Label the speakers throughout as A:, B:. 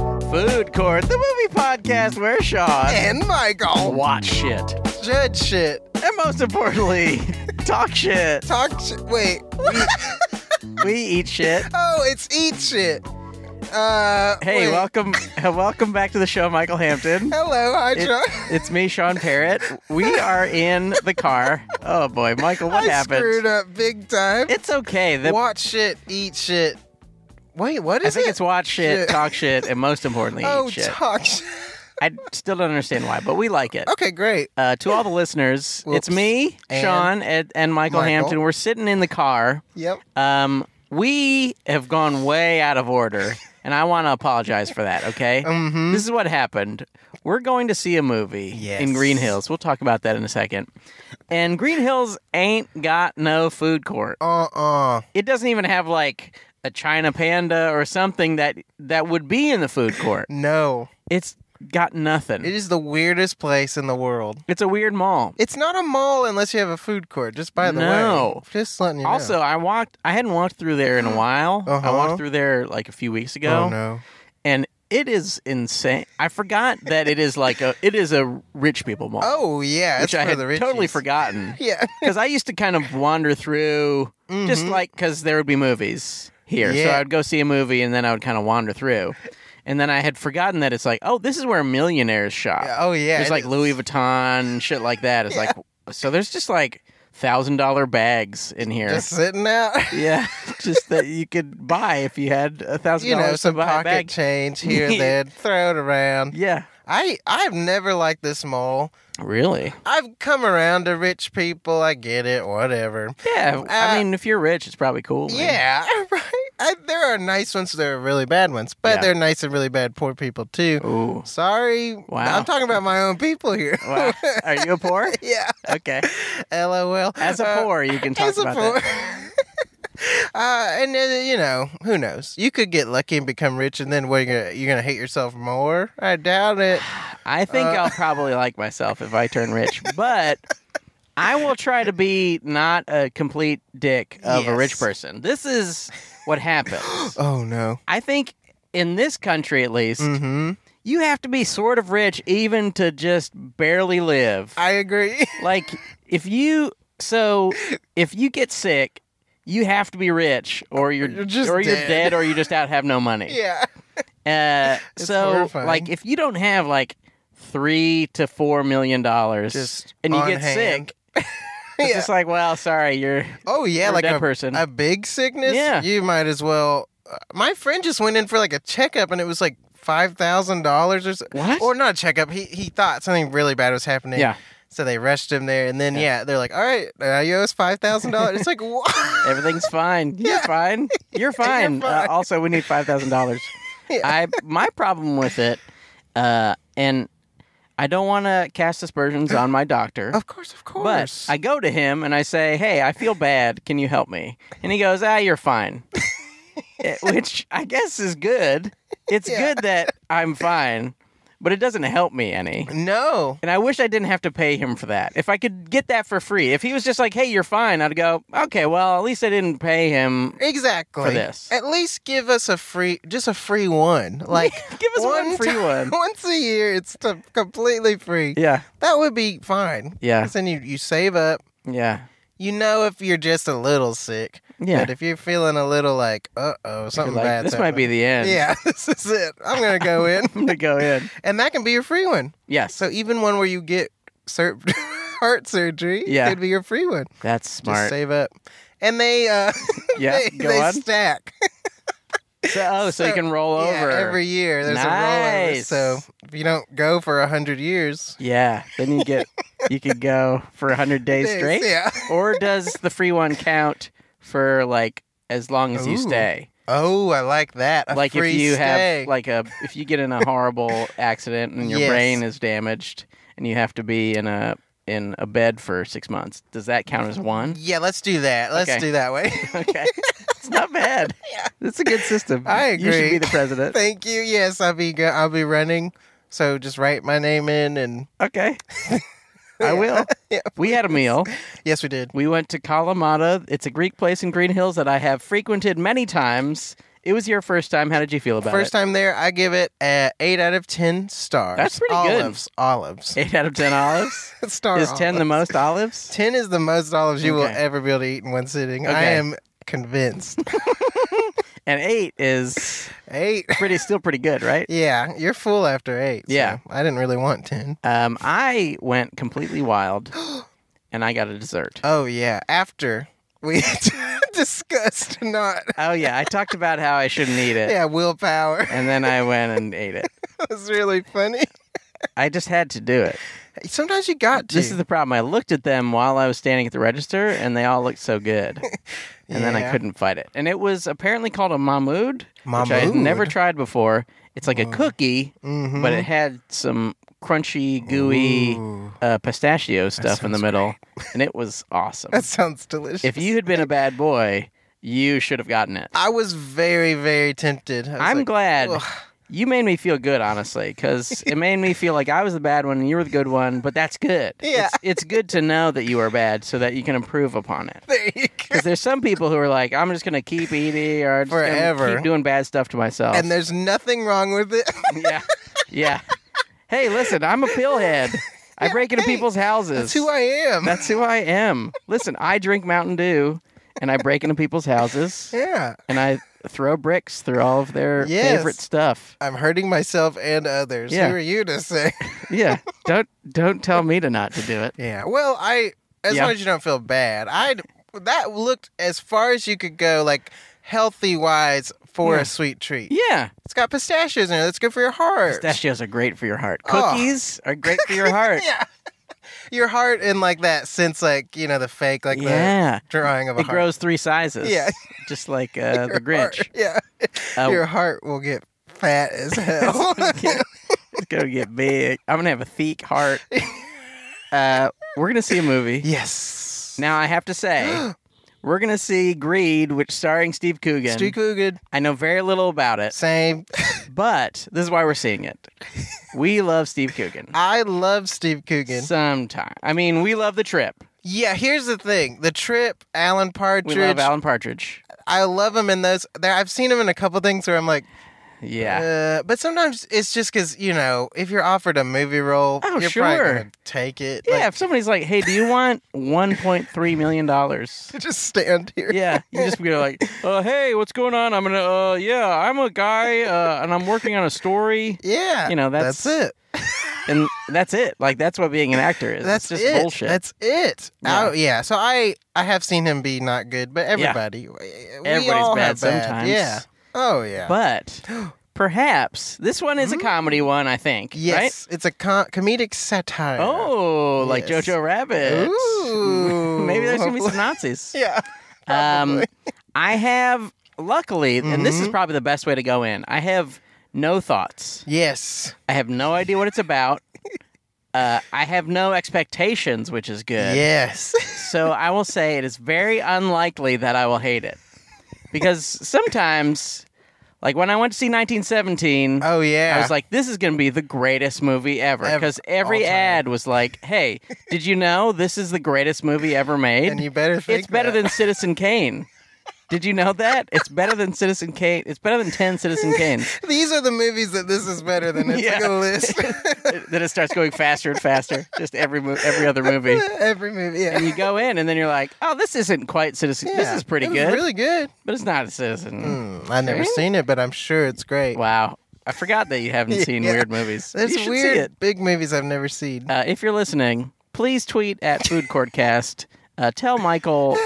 A: Food Court, the movie podcast where Sean
B: And Michael.
A: watch shit
B: Judge shit.
A: and most importantly talk shit.
B: Talk shit. Wait.
A: We eat shit.
B: Oh, it's eat shit. Uh,
A: Hey,
B: wait.
A: welcome, welcome back to the show, Michael Hampton.
B: Hello, hi,
A: It-
B: John.
A: it's me, Sean Parrott. We are in the car. Oh boy, Michael, what
B: I
A: happened?
B: screwed up big time.
A: It's okay. The,
B: Watch shit, eat shit. Wait, what
A: I
B: is
A: think
B: it?
A: it's watch shit,
B: Shit.
A: talk shit, and most importantly,
B: oh,
A: eat shit.
B: talk shit.
A: I still don't understand why, but we like it.
B: Okay, great.
A: Uh, to all the listeners, it's
B: Whoops.
A: me,
B: And-
A: Sean, and, and Michael,
B: Michael.
A: Hampton. We're sitting in the car.
B: Yep.
A: Um, we have gone way out of order, and I want to apologize for that. Okay.
B: Mm-hmm.
A: This is what happened. We're going to see a movie
B: Yes.
A: in Green Hills. We'll talk about that in a second. And Green Hills ain't got no food court.
B: Uh-uh.
A: It doesn't even have like a China panda or something that that would be in the food court.
B: No.
A: It's got nothing.
B: It is the weirdest place in the world.
A: It's a weird mall.
B: It's not a mall unless you have a food court, just by the
A: No.
B: way. Just letting you know.
A: Also, I walked. I hadn't walked through there in a while. I
B: Uh-huh.
A: walked through there like a few weeks ago,
B: Oh, no.
A: and it is insane. I forgot that it is like a. It is a rich people mall,
B: Oh, yeah.
A: which
B: it's
A: I
B: for
A: had
B: the
A: totally
B: richies.
A: forgotten
B: Yeah.
A: because I used to kind of wander through, just
B: Mhm.
A: like because there would be movies here, so
B: Yeah.
A: I'd go see a movie and then I would kind of wander through, and then I had forgotten that it's like, oh, this is where millionaires shop.
B: Yeah, Oh, yeah.
A: There's
B: it
A: like
B: is.
A: Louis Vuitton and shit like that. It's like so. There's just like thousand dollar bags in here.
B: Just sitting out.
A: Yeah, just that you could buy if you had a thousand
B: you know,
A: dollars to
B: some
A: buy
B: pocket
A: a bag.
B: change here and there, throw it around.
A: Yeah,
B: I I've never liked this mall.
A: really.
B: I've come around to rich people. I get it, whatever.
A: Yeah, I
B: Uh,
A: mean, if you're rich, it's probably cool. man.
B: Yeah, right. I, there are nice ones. There are really bad ones, but
A: Yeah.
B: there are nice and really bad poor people too.
A: Ooh.
B: Sorry,
A: Wow.
B: I'm talking about my own people here.
A: Wow. Are you a poor?
B: yeah,
A: Okay.
B: lol.
A: As a
B: Uh,
A: poor, you can talk
B: as a
A: about
B: poor.
A: that.
B: Uh, and uh, you know who knows? You could get lucky and become rich, and then what? You're gonna, you're gonna hate yourself more? I doubt it.
A: I think
B: Uh,
A: I'll probably like myself if I turn rich, but I will try to be not a complete dick of a rich
B: Yes.
A: person. This is what happens.
B: Oh no.
A: I think in this country, at least,
B: Mm-hmm.
A: you have to be sort of rich even to just barely live.
B: I agree.
A: like if you so if you get sick you have to be rich or you're,
B: You're just
A: or you're
B: dead.
A: dead or you just out have no money
B: yeah.
A: yeah. uh,
B: It's
A: so
B: horrifying.
A: like if you don't have like three to four million dollars
B: Just
A: and you
B: on
A: get
B: hand.
A: sick it's just like well sorry you're
B: Oh yeah,
A: you're
B: like
A: a dead
B: a,
A: person
B: a big sickness.
A: Yeah.
B: You might as well. uh, My friend just went in for like a checkup, and it was like five thousand dollars or so.
A: what
B: Or not a checkup. He he thought something really bad was happening.
A: yeah
B: So they rushed him there, and then
A: Yeah.
B: yeah, they're like, "All right, now you owe us five thousand dollars." It's like what?
A: everything's fine you're
B: Yeah.
A: fine you're fine, Uh,
B: fine.
A: also we need five thousand dollars
B: Yeah.
A: i my problem with it uh and i don't want to cast aspersions on my doctor
B: of course, of
A: But
B: course.
A: I go to him and I say, "Hey, I feel bad. Can you help me?" And he goes, "Ah, you're fine," Eh, which I guess is good. It's
B: Yeah.
A: good that I'm fine, but it doesn't help me any.
B: no.
A: And I wish I didn't have to pay him for that. If I could get that for free, if he was just like, "Hey, you're fine," I'd go, "Okay, well, at least I didn't pay him."
B: Exactly.
A: this.
B: At least give us a free, just a free one. Like
A: Give us one, free
B: ti-
A: one.
B: once a year. It's t- completely free.
A: Yeah,
B: That would be fine.
A: yeah,
B: 'Cause Then you, you save up.
A: yeah,
B: You know if you're just a little sick.
A: yeah.
B: But if you're feeling a little like, uh oh,
A: You're
B: something
A: like,
B: bad.
A: this might be the end.
B: Yeah, this is it. I'm gonna go in,
A: I'm gonna go in.
B: and that can be your free one.
A: Yes,
B: So even one where you get sur- heart surgery
A: Yeah.
B: could be your free one.
A: that's
B: Just
A: smart.
B: save up, and they uh,
A: yeah,
B: they,
A: go
B: they
A: on.
B: stack.
A: So, oh, so, you
B: So-
A: can roll
B: Yeah,
A: over
B: every year. There's a rollover.
A: Nice.
B: So if you don't go for a hundred years
A: Yeah, then you get you could go for hundred days
B: days,
A: straight.
B: yeah.
A: Or does the free one count for like as long as you
B: Ooh,
A: stay?
B: Oh, I like that. A
A: like
B: free
A: if you
B: stay.
A: have like a if you get in a horrible accident and your
B: Yes.
A: brain is damaged and you have to be in a in a bed for six months, does that count as one?
B: yeah, let's do that. Let's
A: Okay.
B: do that way.
A: Okay, it's not bad.
B: Yeah.
A: It's a good system.
B: I
A: You should
B: agree.
A: be the president.
B: Thank you. Yes, I'll be go- I'll be running. So just write my name in, and
A: Okay, I will.
B: Yeah,
A: we had a meal.
B: yes, we did.
A: We went to Kalamata. It's a Greek place in Green Hills that I have frequented many times. It was your first time. How did you feel about
B: First
A: it?
B: time there, I give it a eight out of ten stars.
A: That's pretty good.
B: olives, good. Olives,
A: Eight out of ten olives.
B: Star
A: Is ten the
B: olives.
A: most olives?
B: Ten is the most olives you will
A: Okay.
B: ever be able to eat in one sitting. I
A: Okay.
B: am convinced.
A: And eight is
B: eight.
A: pretty still pretty good, right?
B: Yeah, you're full after eight. so
A: Yeah.
B: I didn't really want ten.
A: Um, I went completely wild, and I got a dessert.
B: Oh yeah, after we discussed not
A: Oh yeah, I talked about how I shouldn't eat it,
B: yeah willpower.
A: and then I went and ate it.
B: It was really funny.
A: I just had to do it.
B: Sometimes you got to.
A: This is the problem. I looked at them while I was standing at the register, and they all looked so good, and then I
B: Yeah.
A: couldn't fight it. And it was apparently called a mahmoud, which I had never
B: Mahmoud?
A: tried before. It's like a cookie,
B: Mhm.
A: but it had some crunchy, gooey
B: Ooh,
A: uh, pistachio stuff in the
B: sounds
A: middle, and it was awesome.
B: that sounds delicious.
A: if you had been a bad boy, you should have gotten it.
B: I was very, very tempted. I was
A: I'm
B: like,
A: glad
B: "Ugh."
A: you made me feel good, honestly, because it made me feel like I was the bad one and you were the good one. But that's good.
B: Yeah.
A: it's, it's good to know that you are bad so that you can improve upon it.
B: There you go.
A: Because there's some people who are like, I'm just gonna keep eating or I'm just gonna
B: Forever.
A: keep doing bad stuff to myself.
B: And there's nothing wrong with it.
A: yeah, yeah. Hey, listen, I'm a pillhead. I break into
B: hey,
A: people's houses.
B: That's who I am.
A: That's who I am. Listen, I drink Mountain Dew and I break into people's houses
B: yeah.
A: and I throw bricks through all of their
B: Yes.
A: favorite stuff.
B: I'm hurting myself and others.
A: Yeah.
B: Who are you to say?
A: Yeah. don't don't tell me to not to do it.
B: Yeah. Well, I as
A: Yeah.
B: long as you don't feel bad, I that looked as far as you could go, like healthy wise for
A: Yeah.
B: a sweet treat.
A: Yeah.
B: It's got pistachios in it. That's good for your heart.
A: Pistachios are great for your heart.
B: Oh.
A: Cookies are great for your heart.
B: Yeah. Your heart in like that sense, like you know the fake, like
A: Yeah.
B: the drawing of a
A: It
B: heart.
A: grows three sizes.
B: Yeah.
A: Just like uh, the Grinch.
B: Heart. Yeah.
A: Uh,
B: your heart will get fat as hell.
A: It's gonna get big. I'm gonna have a thick heart. Uh, we're gonna see a movie.
B: yes.
A: Now I have to say, we're gonna see Greed, which starring Steve Coogan.
B: Street Coogan,
A: I know very little about it,
B: same.
A: but this is why we're seeing it. We love Steve Coogan.
B: I love Steve Coogan.
A: Sometime. I mean, we love the trip.
B: Yeah, here's the thing: the trip, Alan
A: We
B: Partridge.
A: love Alan Partridge.
B: I love him in those. There, I've seen him in a couple things where I'm like,
A: Yeah.
B: uh, but sometimes it's just because you know, if you're offered a movie role,
A: Oh,
B: you're probably
A: sure.
B: gonna take it.
A: yeah.
B: Like,
A: if somebody's like, "Hey, do you want 1.3 million dollars?"
B: just stand here.
A: Yeah, you just be like, "Uh, hey, what's going on? I'm gonna, uh, yeah, I'm a guy, uh, and I'm working on a story."
B: Yeah,
A: You know, that's-
B: it.
A: and that's it. Like that's what being an actor is.
B: That's
A: it's just
B: it.
A: bullshit.
B: That's it.
A: Yeah.
B: Oh yeah. So I I have seen him be not good, but everybody we
A: Everybody's
B: all
A: bad
B: have
A: sometimes.
B: Yeah. Oh yeah.
A: but perhaps this one is a comedy one. I think. Right?
B: Mm-hmm. yes, it's a com- comedic satire.
A: Oh, like
B: Yes.
A: Jojo Rabbit.
B: Ooh.
A: Maybe there's gonna be some Nazis.
B: yeah.
A: um, I have luckily, and this is
B: Mhm.
A: probably the best way to go in. I have no thoughts.
B: Yes.
A: I have no idea what it's about. Uh, I have no expectations, which is good.
B: Yes.
A: So I will say it is very unlikely that I will hate it. Because sometimes, like when I went to see 1917,
B: Oh yeah.
A: I was like, this is going to be the greatest movie ever.
B: Ev-
A: Because
B: all
A: every
B: time.
A: ad was like, hey, did you know this is the greatest movie ever made?
B: and you better think
A: it's better
B: that.
A: than Citizen Kane. Did you know that? It's better than Citizen Kane. It's better than 10 Citizen Kanes.
B: these are the movies that this is better than. It's like
A: Yeah.
B: a list.
A: then it starts going faster and faster, just every, mo- every other movie.
B: Every movie. Yeah.
A: And you go in, and then you're like, oh, this isn't quite Citizen. This
B: Yeah.
A: is pretty
B: It was
A: good.
B: Really good.
A: But it's not a citizen.
B: Mm, I've never
A: Really?
B: seen it, but I'm sure it's great.
A: Wow. I forgot that you haven't seen
B: Yeah.
A: weird movies.
B: There's
A: you should
B: weird
A: see it.
B: big movies I've never seen.
A: Uh, if you're listening, please tweet at Food Courtcast. Uh, tell Michael,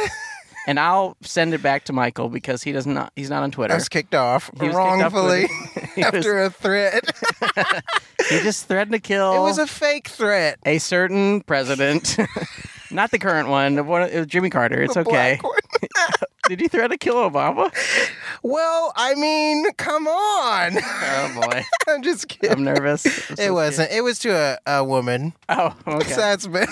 A: and I'll send it back to Michael because he does not. He's not on
B: I
A: Twitter.
B: was kicked off
A: He was kicked off
B: wrongfully
A: Twitter. he, was-
B: after a threat. it
A: he just threatened to kill
B: was a fake threat.
A: a certain president, not the current one. One it was Jimmy Carter. It's
B: The
A: okay.
B: black one.
A: Did he threaten to kill Obama?
B: Well, I mean, come on.
A: Oh boy,
B: I'm just kidding.
A: I'm nervous. I'm so
B: it wasn't. It was to a, a woman.
A: scared. Oh, okay.
B: So that's better.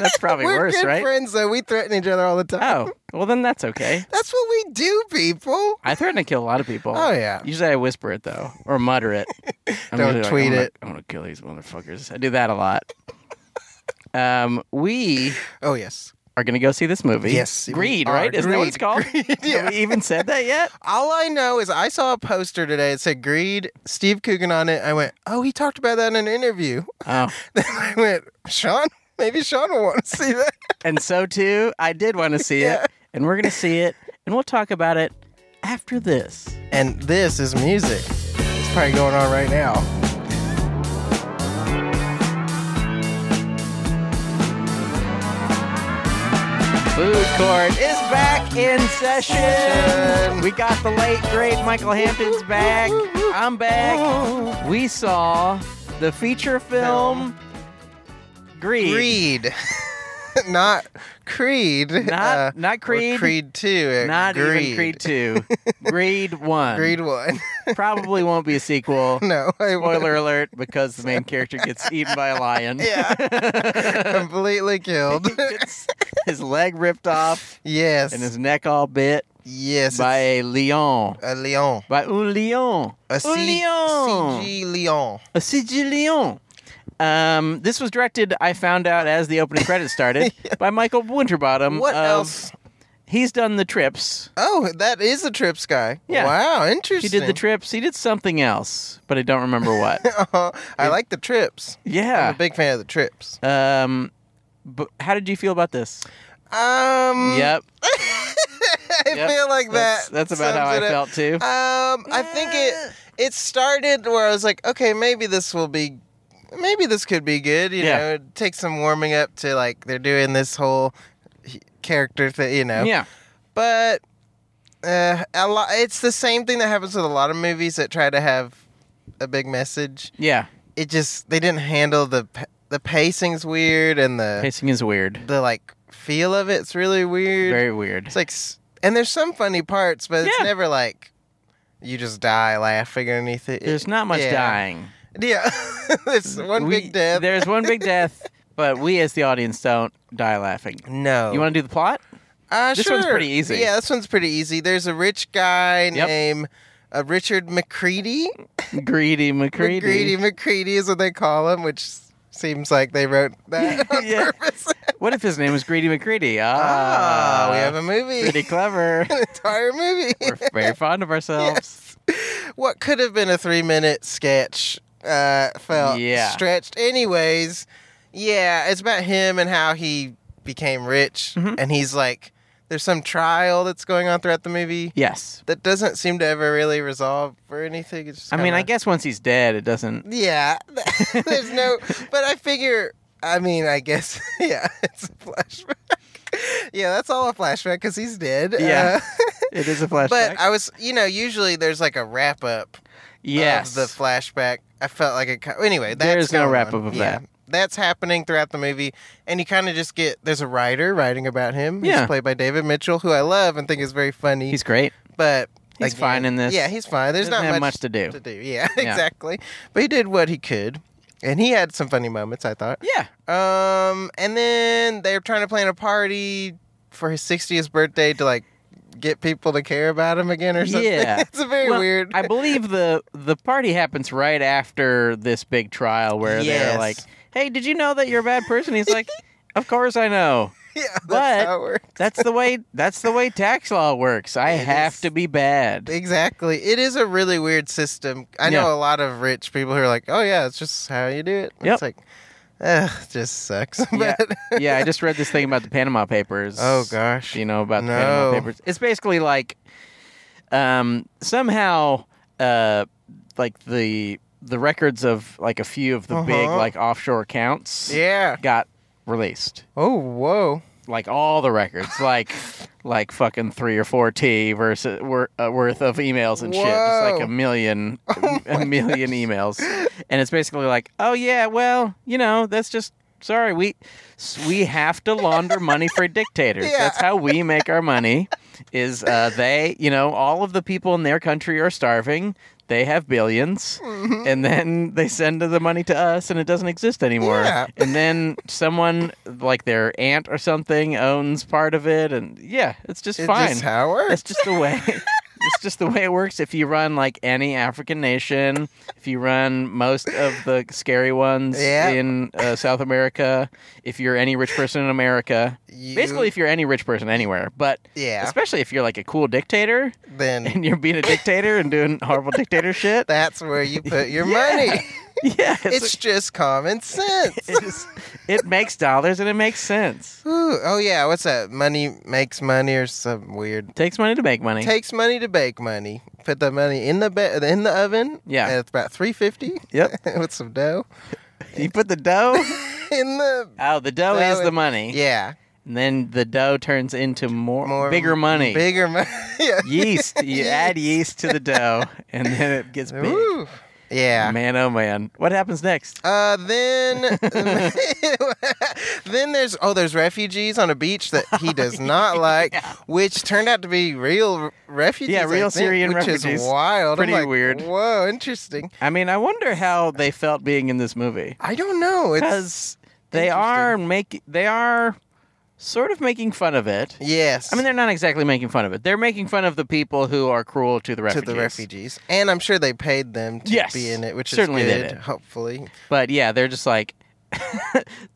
A: That's probably
B: We're
A: worse,
B: good
A: right?
B: friends, though. We threaten each other all the time.
A: Oh, well then that's okay.
B: That's what we do, people.
A: I threaten to kill a lot of people.
B: Oh, yeah.
A: Usually I whisper it though, or mutter it. I'm
B: Don't
A: usually like,
B: tweet
A: I'm gonna-
B: it.
A: I'm gonna kill these motherfuckers. I do that a lot. Um, we
B: Oh, yes.
A: are going to go see this movie.
B: Yes, we
A: Greed,
B: are.
A: right? Isn't that what it's
B: Greed.
A: called?
B: Greed, yeah.
A: Have we even said that yet?
B: All I know is I saw a poster today. It said Greed, Steve Coogan on it. I went, oh, he talked about that in an interview.
A: Oh.
B: Then I went, Sean, maybe Sean will want to see that.
A: and so too, I did want to see
B: Yeah.
A: it, and we're gonna see it, and we'll talk about it after this.
B: And this is music. It's probably going on right now.
A: Food court is back in session. We got the late great Michael Hampton's back. I'm back. We saw the feature film Greed.
B: Greed. not Creed.
A: Not
B: uh,
A: not
B: or
A: Creed.
B: Creed 2. uh,
A: Not
B: Greed.
A: even Creed Two. Greed One.
B: Greed 1.
A: probably won't be a sequel.
B: no. I won't.
A: Spoiler alert, because the main character gets eaten by a lion.
B: Yeah. Completely killed.
A: He gets his leg ripped off
B: yes.
A: and his neck all bit
B: yes.
A: by a
B: it's
A: lion.
B: a Leon.
A: By un lion.
B: A
A: un
B: C-
A: lion.
B: CG Leon.
A: A CG lion. Um, this was directed, I found out as the opening credits started, by Michael Winterbottom.
B: What
A: of-
B: else?
A: He's done the trips.
B: Oh, that is the Trips guy.
A: Yeah.
B: Wow, interesting.
A: He did the trips. He did something else, but I don't remember what.
B: Uh-huh. I like the Trips. I'm
A: yeah.
B: a big fan of the Trips.
A: Um, but how did you feel about this?
B: Um.
A: Yep.
B: I
A: Yep.
B: feel like
A: That's,
B: that.
A: that's about how I
B: sums it up.
A: felt too.
B: Um, I think it it started where I was like, okay, maybe this will be, maybe this could be good. You
A: Yeah.
B: know, it takes some warming up to like they're doing this whole h- character thing. You know,
A: yeah.
B: but uh, a lot. It's the same thing that happens with a lot of movies that try to have a big message.
A: Yeah.
B: It just they didn't handle the pa- the pacing's weird and the
A: Pacing is weird.
B: the like feel of it's really weird.
A: Very weird.
B: It's like, s- and there's some funny parts, but it's
A: Yeah.
B: never like you just die laughing underneath it.
A: There's not much
B: yeah.
A: dying.
B: Yeah, it's one
A: We-
B: big death.
A: There's one big death, but we as the audience don't die laughing.
B: no,
A: You want to do the plot?
B: uh,
A: this one's
B: sure.
A: pretty easy.
B: Yeah, this one's pretty easy. There's a rich guy
A: Yep.
B: named uh, Richard McCready.
A: Greedy McCready.
B: McCready McCready is what they call him, which seems like they wrote that on
A: Yeah.
B: purpose.
A: What if his name was Greedy McCready? Ah,
B: Ah, we have a movie,
A: pretty clever.
B: an entire movie.
A: We're very fond of ourselves.
B: what could have been a three minute sketch uh, felt
A: Yeah.
B: stretched. Anyways, yeah, it's about him and how he became rich.
A: Mhm.
B: And he's like, there's some trial that's going on throughout the movie
A: Yes.
B: that doesn't seem to ever really resolve or anything. It's just
A: I mean, I
B: kinda-
A: guess once he's dead, it doesn't.
B: Yeah, there's no, but I figure, I mean, I guess, yeah, it's a flashback. yeah, that's all a flashback because he's dead.
A: Yeah.
B: Uh,
A: It is a flashback.
B: but I was, you know, usually there's like a wrap up
A: yes.
B: of the flashback. I felt like it. ki- Anyway, that's
A: There's no
B: going
A: wrap-up
B: on.
A: of
B: Yeah.
A: that.
B: That's happening throughout the movie, and you kind of just get there's a writer writing about him.
A: Yeah.
B: he's played by David Mitchell, who I love and think is very funny.
A: he's great.
B: but
A: he's fine in this.
B: Yeah, he's fine. There's
A: Doesn't
B: not
A: have
B: much,
A: much to do.
B: Yeah,
A: Yeah.
B: exactly. But he did what he could, and he had some funny moments. I thought.
A: Yeah.
B: Um, and then they're trying to plan a party for his 60th birthday to like get people to care about him again or something.
A: Yeah.
B: it's a very
A: Well,
B: weird.
A: I believe the the party happens right after this big trial where they're
B: Yes.
A: like, "Hey, did you know that you're a bad person?" He's like, "Of course I know.
B: yeah, that's
A: but-
B: how it works.
A: That's the way that's the way tax law works. I
B: It
A: have
B: is.
A: to be bad."
B: Exactly. It is a really weird system. I
A: Yeah.
B: know a lot of rich people who are like, "Oh yeah, it's just how you do it."
A: Yep.
B: It's like, ugh, just sucks.
A: Yeah.
B: but
A: yeah, I just read this thing about the Panama Papers.
B: oh gosh,
A: You know about the Panama
B: No.
A: Papers. It's basically like um somehow uh like the the records of like a few of the big
B: Uh-huh.
A: like offshore accounts
B: yeah.
A: got released.
B: Oh whoa.
A: like all the records, like like fucking three or four T versus wor- uh, worth of emails and shit, just like
B: Whoa. Oh
A: a million, a million emails, and it's basically like, oh yeah, well, you know, that's just sorry, we s- we have to launder money for dictators.
B: Yeah.
A: That's how we make our money. Is uh, they, you know, all of the people in their country are starving. They have 1000000000s
B: Mm-hmm.
A: and then they send the money to us, and it doesn't exist anymore.
B: Yeah.
A: And then someone, like their aunt or something, owns part of it, and yeah, it's just
B: It's
A: fine.
B: just how it works.
A: That's just the way. it's just the way it works. If you run like any African nation, if you run most of the scary ones
B: Yeah.
A: in uh, South America, if you're any rich person in America,
B: You-
A: basically if you're any rich person anywhere, but
B: yeah.
A: especially if you're like a cool dictator
B: Then
A: and you're being a dictator and doing horrible dictator shit.
B: that's where you put your
A: Yeah.
B: money.
A: yeah,
B: It's,
A: it's,
B: just common sense.
A: it's- it makes dollars and it makes sense.
B: Ooh, oh yeah, what's that? Money makes money or some weird.
A: Takes money to make money.
B: Takes money to bake money. Put the money in the ba- in the oven.
A: Yeah.
B: at about three fifty.
A: Yep.
B: with some dough
A: you put the dough.
B: in the.
A: Oh, the dough
B: Dough
A: is the
B: and-
A: money.
B: Yeah,
A: And then the dough turns into more,
B: More-
A: bigger money.
B: bigger money. yeah.
A: yeast. You add yeast to the dough, and then it gets big.
B: Ooh. Yeah.
A: Man, oh man, what happens next?
B: Uh, then, then there's oh, there's refugees on a beach that he does not like, which turned out to be real r- refugees.
A: Yeah,
B: I
A: real
B: think,
A: Syrian
B: which
A: refugees.
B: Is wild. I'm
A: Pretty
B: like,
A: weird.
B: Whoa, interesting.
A: I mean, I wonder how they felt being in this movie
B: I don't know. It's
A: because they are make they are sort of making fun of it.
B: yes.
A: I mean, they're not exactly making fun of it. They're making fun of the people who are cruel to the
B: to
A: refugees.
B: the refugees, and I'm sure they paid them to
A: Yes,
B: be in it, which
A: certainly
B: is
A: they
B: good.
A: did.
B: Hopefully,
A: But yeah, they're just like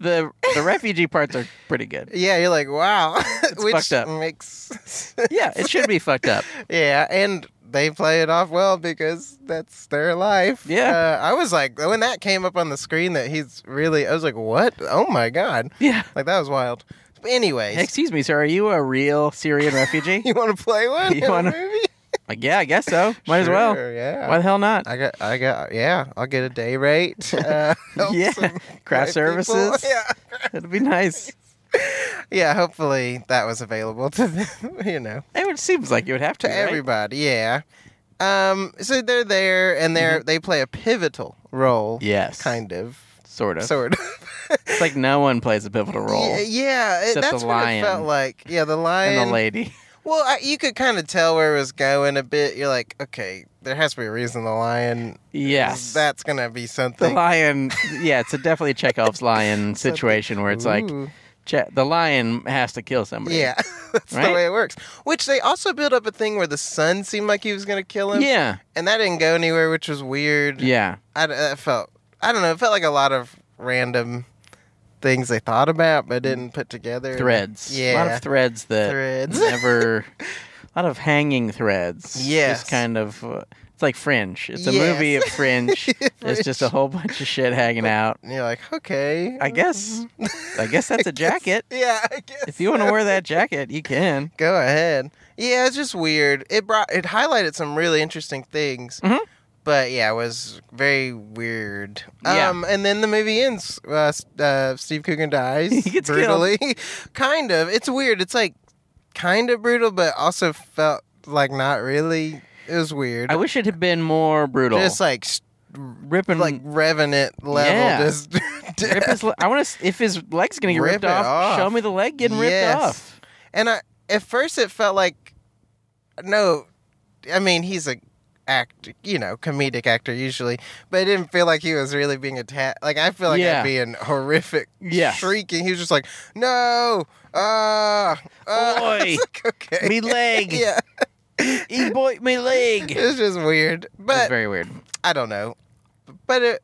A: the the refugee parts are pretty good.
B: yeah. You're like, wow, which
A: fucked up.
B: makes
A: Yeah, it should be fucked up.
B: Yeah, and they play it off well because that's their life.
A: Yeah.
B: Uh, I was like, when that came up on the screen, that he's really, I was like, what? Oh my God.
A: Yeah.
B: Like, that was wild. But, anyways,
A: Excuse me, sir. Are you a real Syrian refugee?
B: you want to play one?
A: You
B: in a
A: wanna-
B: movie?
A: like, yeah, I guess so. Might as well.
B: Sure, Yeah.
A: Why the hell not?
B: I got, I got, yeah, I'll get a day rate. Uh, help
A: Yeah.
B: some
A: Craft
B: white people.
A: services.
B: Yeah.
A: That'd be nice.
B: Yeah, hopefully that was available to them, you know.
A: It would- seems like you would have to.
B: to
A: right?
B: everybody. Yeah. Um. So they're there, and they're
A: Mm-hmm.
B: they play a pivotal role.
A: Yes.
B: Kind of.
A: Sort of.
B: Sort of.
A: it's like no one plays a pivotal role.
B: Yeah, yeah it-
A: Except the
B: that's what
A: lion.
B: it felt like. Yeah, the lion.
A: And the lady.
B: Well, I, you could kind of tell where it was going a bit. You're like, okay, there has to be a reason the lion.
A: Yes.
B: that's gonna be
A: the
B: something.
A: lion. Yeah, it's a definitely Chekhov's lion situation where it's like
B: Ooh.
A: che- the lion has to kill somebody.
B: Yeah, that's
A: Right?
B: the way it works. Which they also built up a thing where the son seemed like he was gonna kill him,
A: Yeah.
B: and that didn't go anywhere, which was weird.
A: Yeah.
B: I, I felt I don't know. It felt like a lot of random things they thought about but didn't put together.
A: Threads. A lot
B: Yeah.
A: of threads that
B: Threads.
A: never. A lot of hanging threads.
B: Yes.
A: Just kind of. Uh, it's like Fringe. It's a
B: Yes.
A: movie of Fringe. Mm-hmm. It's just a
B: Fringe.
A: whole bunch of shit hanging out.
B: And you're like, okay. um,
A: I guess. I guess that's a jacket.
B: Yeah, I guess.
A: If you want to
B: so.
A: wear that jacket, you can.
B: go ahead. Yeah, it's just weird. It brought it highlighted some really interesting things.
A: Mhm.
B: But yeah, it was very weird.
A: Yeah.
B: Um, and then the movie ends. Uh, S- uh, Steve Coogan dies
A: He gets killed.
B: brutally. kind of. It's weird. It's like kind of brutal, but also felt like not really. It was weird.
A: I wish it had been more brutal.
B: Just like s-
A: ripping
B: like revenant level.
A: Yeah.
B: Just
A: rip his le- I want to if his leg's gonna get
B: Rip
A: ripped
B: it
A: off,
B: off.
A: Show me the leg getting
B: Yes.
A: ripped off.
B: And I, at first, it felt like, no, I mean, he's a act, you know, comedic actor usually, but it didn't feel like he was really being attacked. Like I feel like
A: Yeah.
B: I'd be in horrific
A: Yes.
B: shrieking. He was just like, no, ah, ah." I
A: Oi.
B: was like, okay,
A: Me leg.
B: yeah,
A: He boy, my leg.
B: it's just weird,
A: That's
B: but
A: very weird.
B: I don't know, but it.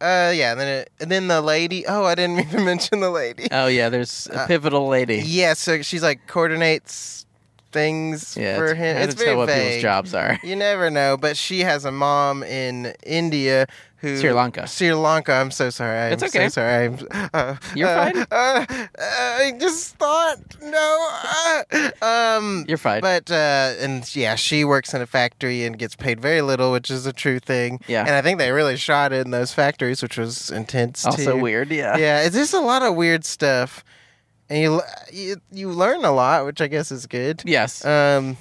B: Uh yeah, and then it, and then the lady. Oh, I didn't mean to mention the lady.
A: Oh yeah, there's a
B: Uh,
A: pivotal lady.
B: Yeah, so she's like coordinates things
A: yeah,
B: for
A: it's,
B: him.
A: hard
B: It's
A: to
B: very
A: tell what
B: vague.
A: people's jobs are.
B: You never know, but she has a mom in India who
A: Sri Lanka.
B: Sri Lanka. I'm so sorry. I'm
A: It's okay.
B: so sorry. I'm, uh,
A: You're
B: uh,
A: fine.
B: Uh, uh, I just thought no. uh, um,
A: You're fine.
B: but uh, and yeah, she works in a factory and gets paid very little, which is a true thing.
A: Yeah.
B: and I think they really shot it in those factories, which was intense.
A: also
B: too
A: weird. Yeah.
B: yeah, it's just a lot of weird stuff, and you l- you, you learn a lot, which I guess is good.
A: Yes.
B: Um,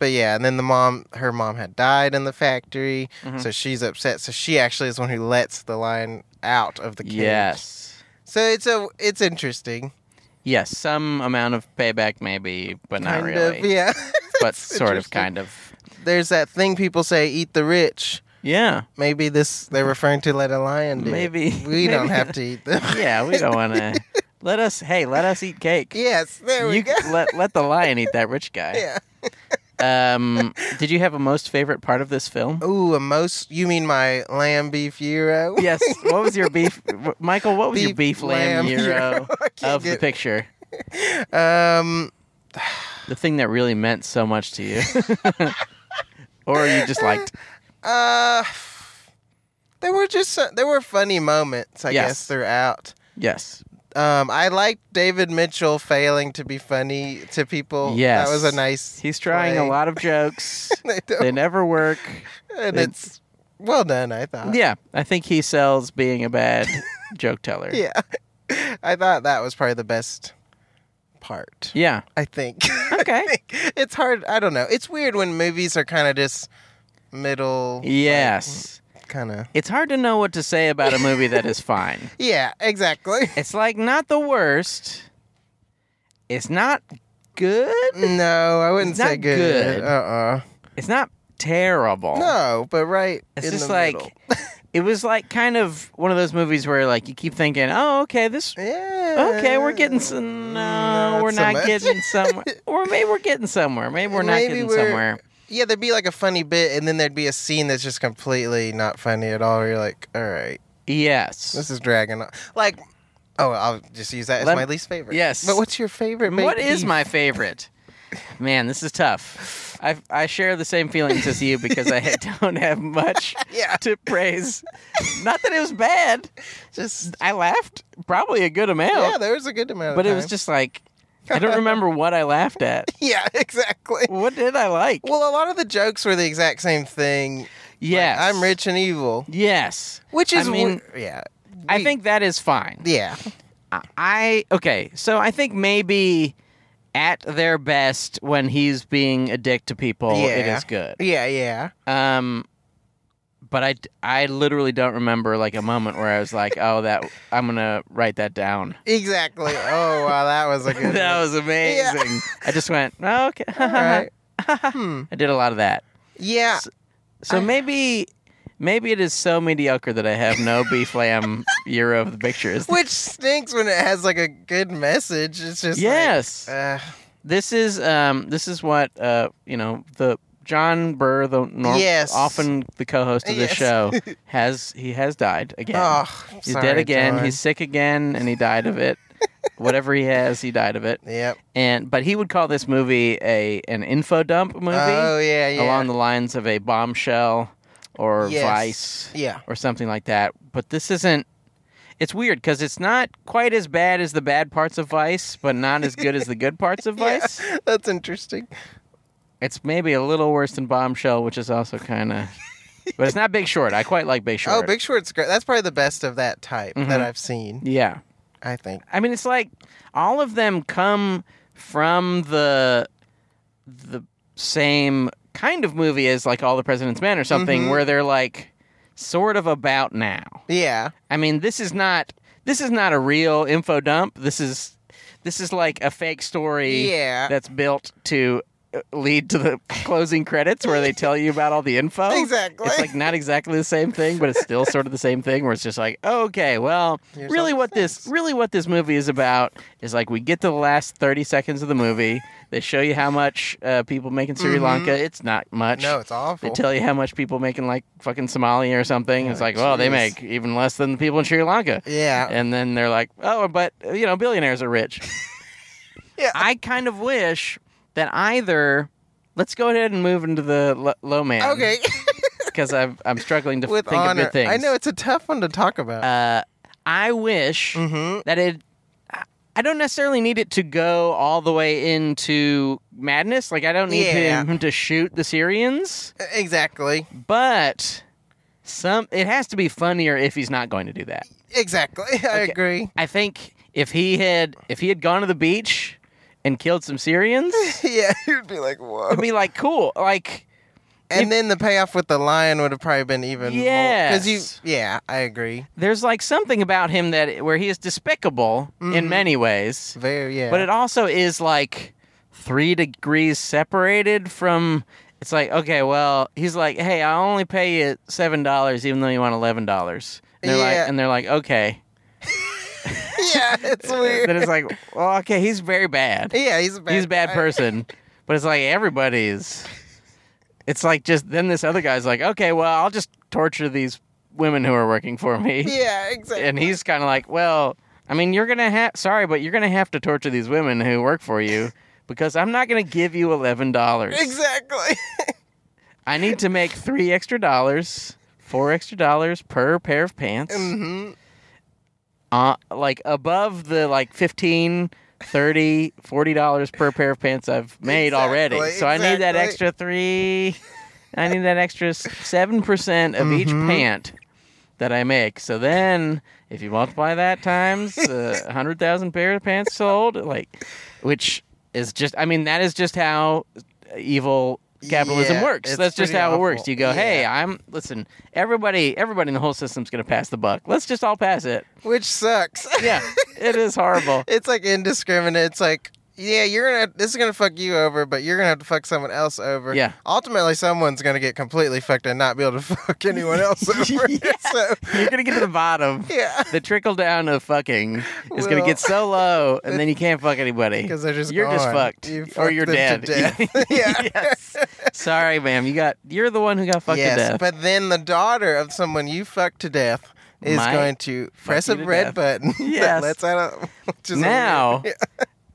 B: but yeah, and then the mom, her mom had died in the factory,
A: Mhm.
B: so she's upset. So she actually is the one who lets the lion out of the cage.
A: yes.
B: So it's a it's interesting,
A: Yes. Some amount of payback, maybe, but not
B: kind
A: really.
B: of. Yeah,
A: But
B: It's
A: sort of,
B: interesting.
A: kind of.
B: There's that thing people say, "Eat the rich."
A: Yeah.
B: Maybe this they're referring to let a lion do. it.
A: Maybe-
B: we
A: maybe-
B: don't have to eat them.
A: Yeah. We don't want to. let us. Hey, let us eat cake.
B: yes, there we
A: you
B: go.
A: let let the lion eat that rich guy.
B: yeah.
A: Um, did you have a most favorite part of this film?
B: Ooh, a most. You mean my lamb beef gyro?
A: Yes. What was your beef, w- Michael? What was your beef lamb, euro
B: I can't
A: of the
B: get-
A: picture?
B: Um,
A: The thing that really meant so much to you, or you just liked?
B: uh, there were just some, there were funny moments, I
A: Yes.
B: guess, throughout.
A: Yes.
B: Um, I liked David Mitchell failing to be funny to people.
A: Yes.
B: that was a nice.
A: He's trying a
B: play.
A: lot of jokes.
B: They
A: they
B: don't-
A: never work.
B: and
A: they-
B: it's well done. I thought.
A: Uh, Yeah, I think he sells being a bad joke teller.
B: Yeah. I thought that was probably the best part.
A: Yeah.
B: I think.
A: Okay.
B: I think it's hard. I don't know. It's weird when movies are kind of just middle.
A: Yes.
B: kind of.
A: It's hard to know what to say about a movie that is fine.
B: Yeah, exactly.
A: It's like not the worst. It's not good.
B: No, I wouldn't
A: It's
B: say
A: not
B: good.
A: good.
B: Uh-uh.
A: It's not terrible.
B: No, but right
A: It's
B: in
A: just
B: the
A: like
B: middle.
A: it was like kind of one of those movies where like you keep thinking, "Oh, okay, this
B: Yeah.
A: okay, we're getting some no,
B: Not
A: we're
B: so
A: not
B: much.
A: getting somewhere. or maybe we're getting somewhere. Maybe we're not
B: Maybe
A: getting
B: we're-
A: somewhere."
B: Yeah, there'd be like a funny bit and then there'd be a scene that's just completely not funny at all. You're like, "All right,
A: Yes.
B: this is dragging on." Like Oh, I'll just use that as
A: Lem-
B: my least favorite.
A: Yes.
B: But what's your favorite? baked
A: What is
B: beef?
A: my favorite? Man, this is tough. I I share the same feelings as you because I don't have much
B: Yeah.
A: to praise. Not that it was bad.
B: Just
A: I laughed probably a good amount,
B: yeah, there was a good amount.
A: but
B: of
A: it was
B: time.
A: just like I don't remember what I laughed at.
B: yeah, exactly.
A: What did I like?
B: Well, a lot of the jokes were the exact same thing. Like,
A: yes,
B: I'm rich and evil,
A: Yes,
B: which
A: I
B: is
A: mean,
B: wh- yeah,
A: I
B: we-
A: think that is fine.
B: yeah,
A: I okay, so I think maybe at their best when he's being a dick to people, it
B: Yeah.
A: is good.
B: yeah, yeah.
A: Um, but I, I literally don't remember like a moment where I was like, oh, that I'm gonna write that down.
B: Exactly. Oh wow, that was a good.
A: that
B: one.
A: was amazing. I just went oh, okay.
B: All right. Hmm.
A: I did a lot of that.
B: Yeah,
A: So maybe, maybe it is so mediocre that I have no beef lamb euro of the pictures.
B: which stinks when it has like a good message. It's just like,
A: Yes,
B: uh,
A: this is um, this is what uh, you know the. John Burr, the norm-
B: Yes.
A: often the co-host of this
B: Yes.
A: show, has he has died again.
B: oh, I'm
A: He's
B: sorry,
A: dead again.
B: John.
A: He's sick again, and he died of it. Whatever he has, he died of it.
B: yep.
A: And but he would call this movie a an info dump movie
B: Oh yeah, yeah.
A: along the lines of a bombshell or
B: Yes.
A: Vice
B: yeah,
A: or something like that. But this isn't. It's weird because it's not quite as bad as the bad parts of Vice, but not as good as the good parts of
B: Yeah.
A: Vice.
B: that's interesting. Oh,
A: It's maybe a little worse than Bombshell, which is also kind of. but it's not Big Short. I quite like Big Short.
B: Oh, Big Short's great. That's probably the best of that type that
A: Mhm.
B: I've seen.
A: Yeah.
B: I think.
A: I mean, it's like all of them come from the the same kind of movie as like All the President's Men or something,
B: Mhm.
A: where they're like sort of about now.
B: Yeah.
A: I mean, this is not this is not a real info dump. This is this is like a fake story
B: Yeah.
A: that's built to uh, lead to the closing credits where they tell you about all the info.
B: Exactly.
A: It's like not exactly the same thing, but it's still sort of the same thing where it's just like, okay, well,
B: Here's
A: really
B: all the
A: what this
B: things.
A: really what this movie is about is like we get to the last 30 seconds of the movie, they show you how much uh, people make in Sri
B: Mhm.
A: Lanka. It's not much.
B: no, it's
A: They
B: awful.
A: tell you how much people make in like fucking Somalia or something.
B: Oh, Yeah,
A: it's like, well, they
B: jeez.
A: make even less than the people in Sri Lanka.
B: yeah.
A: And then they're like, oh, but uh, you know, billionaires are rich.
B: Yeah.
A: I kind of wish that either. Let's go ahead and move into the lo- low man.
B: okay.
A: Because I'm I'm struggling to
B: With
A: think
B: honor.
A: of good things.
B: I know it's a tough one to talk about.
A: Uh, I wish
B: mm-hmm.
A: that it. I- I don't necessarily need it to go all the way into madness. Like I don't need
B: Yeah.
A: him to shoot the Syrians,
B: E-, Exactly.
A: but some it has to be funnier if he's not going to do that.
B: Exactly. I
A: Okay.
B: agree.
A: I think if he had if he had gone to the beach and killed some Syrians,
B: yeah, you'd be like, whoa.
A: it'd be like cool. Like
B: and
A: if-
B: then the payoff with the lion would have probably been even more.
A: Yes.
B: Because you, yeah, I agree.
A: there's like something about him that where he is despicable in
B: Mhm.
A: many ways,
B: Very, yeah.
A: but it also is like three degrees separated from. It's like okay, well, he's like, hey, I only pay you seven dollars, even though you want eleven dollars. And they're
B: Yeah.
A: like, and they're like, okay.
B: yeah, it's weird.
A: Then it's like, well, okay, he's very bad.
B: yeah, he's a bad
A: he's a bad
B: guy.
A: person. But it's like everybody's. It's like just then this other guy's like, okay, well, I'll just torture these women who are working for me.
B: Yeah, exactly.
A: And he's kind of like, well, I mean, you're gonna have sorry, but you're gonna have to torture these women who work for you because I'm not gonna give you eleven dollars.
B: exactly.
A: I need to make three extra dollars, four extra dollars per pair of pants.
B: hmm
A: uh, like above the like 15 30 40 dollars per pair of pants i've made already
B: Exactly,
A: so i need that
B: exactly.
A: extra three i need that extra s- 7% of each
B: Mhm.
A: pant that i make so then if you multiply that times uh, 100000 pair of pants sold like which is just i mean that is just how evil capitalism
B: Yeah,
A: works
B: it's
A: that's just
B: pretty
A: how it
B: awful.
A: works you go
B: Yeah.
A: hey i'm listen everybody everybody in the whole system's gonna pass the buck let's just all pass it
B: Which sucks.
A: yeah, it is horrible.
B: it's like indiscriminate. It's like, yeah, you're gonna this is gonna fuck you over, but you're gonna have to fuck someone else over.
A: Yeah.
B: Ultimately, someone's gonna get completely fucked and not be able to fuck anyone else over.
A: Yeah.
B: So,
A: You're gonna get to the bottom.
B: yeah.
A: The trickle down of fucking is gonna
B: Well-
A: get so low, and then you can't fuck anybody
B: Because they're just
A: you're just
B: gone.
A: fucked,
B: You
A: or
B: fucked
A: you're
B: them
A: dead.
B: to death. yeah.
A: yes. Sorry, ma'am. You got. You're the one who got fucked
B: yes,
A: to death.
B: but then the daughter of someone you fucked to death is
A: Might
B: going to press
A: you
B: a
A: to
B: red
A: death.
B: button
A: Yes.
B: that lets out a, which is a
A: Now-
B: weird-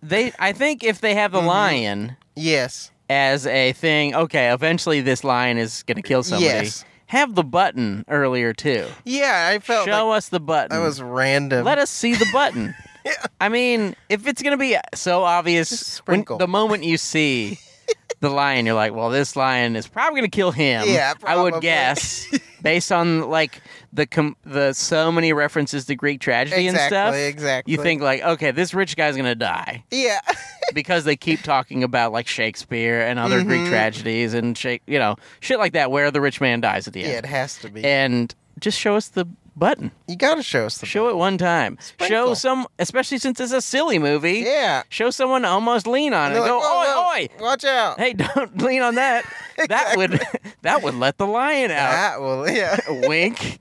A: They. I think if they have the
B: Mhm.
A: lion
B: yes,
A: as a thing, okay. Eventually, this lion is gonna kill somebody.
B: yes,
A: Have the button earlier too.
B: yeah. I felt
A: Show
B: Oh, like
A: us the button.
B: that was random.
A: Let us see the button.
B: Yeah.
A: I mean, if it's gonna be so obvious,
B: Just
A: when,
B: sprinkle.
A: the moment you see the lion, you're like, "Well, this lion is probably gonna kill him."
B: Yeah,
A: I would
B: probably.
A: guess based on like the com- the so many references to Greek tragedy
B: exactly,
A: and stuff.
B: exactly.
A: You think like, okay, this rich guy's gonna die
B: yeah,
A: because they keep talking about like Shakespeare and other Greek
B: Mhm.
A: tragedies and shake, you know, shit like that, where the rich man dies at the
B: yeah.
A: end.
B: It has to be.
A: And just show us the button.
B: you got to show us the
A: Show it one time. Show
B: Sprinkle.
A: some, especially since it's a silly movie.
B: Yeah.
A: Show someone to almost lean on it.
B: And they're
A: Go,
B: like, "Oh, "Whoa,
A: oi, oi!
B: whoa, Watch out.
A: Hey, don't lean on that. That would that would let the lion out.
B: That will, Ah, yeah.
A: Wink.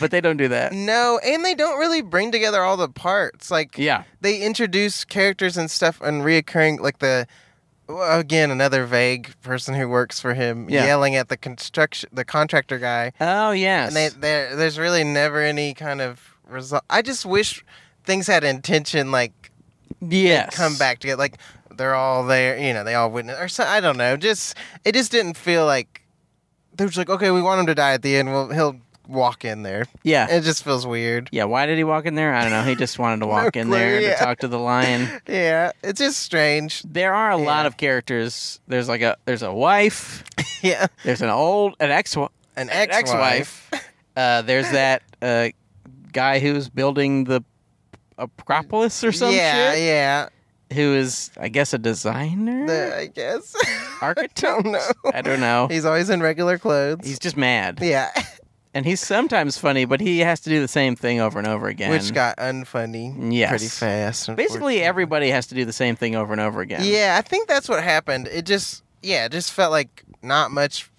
A: But they don't do that.
B: No, and they don't really bring together all the parts. Like,
A: Yeah.
B: they introduce characters and stuff and reoccurring like the well, again another vague person who works for him
A: Yeah.
B: yelling at the construction the contractor guy
A: Oh yes.
B: and they there there's really never any kind of result i just wish things had intention like
A: yes.
B: come back to get like they're all there you know they all witness or so i don't know just it just didn't feel like they were just like okay we want him to die at the end well he'll walk in there
A: Yeah.
B: it just feels weird
A: Yeah. Why did he walk in there? I don't know. He just wanted to walk in
B: clue,
A: there to
B: yeah.
A: talk to the lion.
B: yeah it's just strange
A: There are a lot
B: Yeah.
A: of characters. There's like a there's a wife.
B: yeah
A: There's an old an ex
B: an
A: an ex-wife. Uh, there's that uh, guy who's building the Acropolis or some
B: yeah,
A: shit.
B: Yeah,
A: Who is, I guess, a designer,
B: The- I guess.
A: architect.
B: I don't know.
A: Mm. I don't know.
B: He's always in regular clothes.
A: He's just mad,
B: yeah,
A: and he's sometimes funny, but he has to do the same thing over and over again.
B: which got unfunny.
A: Yes.
B: pretty fast.
A: Basically,
B: unfortunately.
A: everybody has to do the same thing over and over again.
B: Yeah, I think that's what happened. It just, yeah, it just felt like not much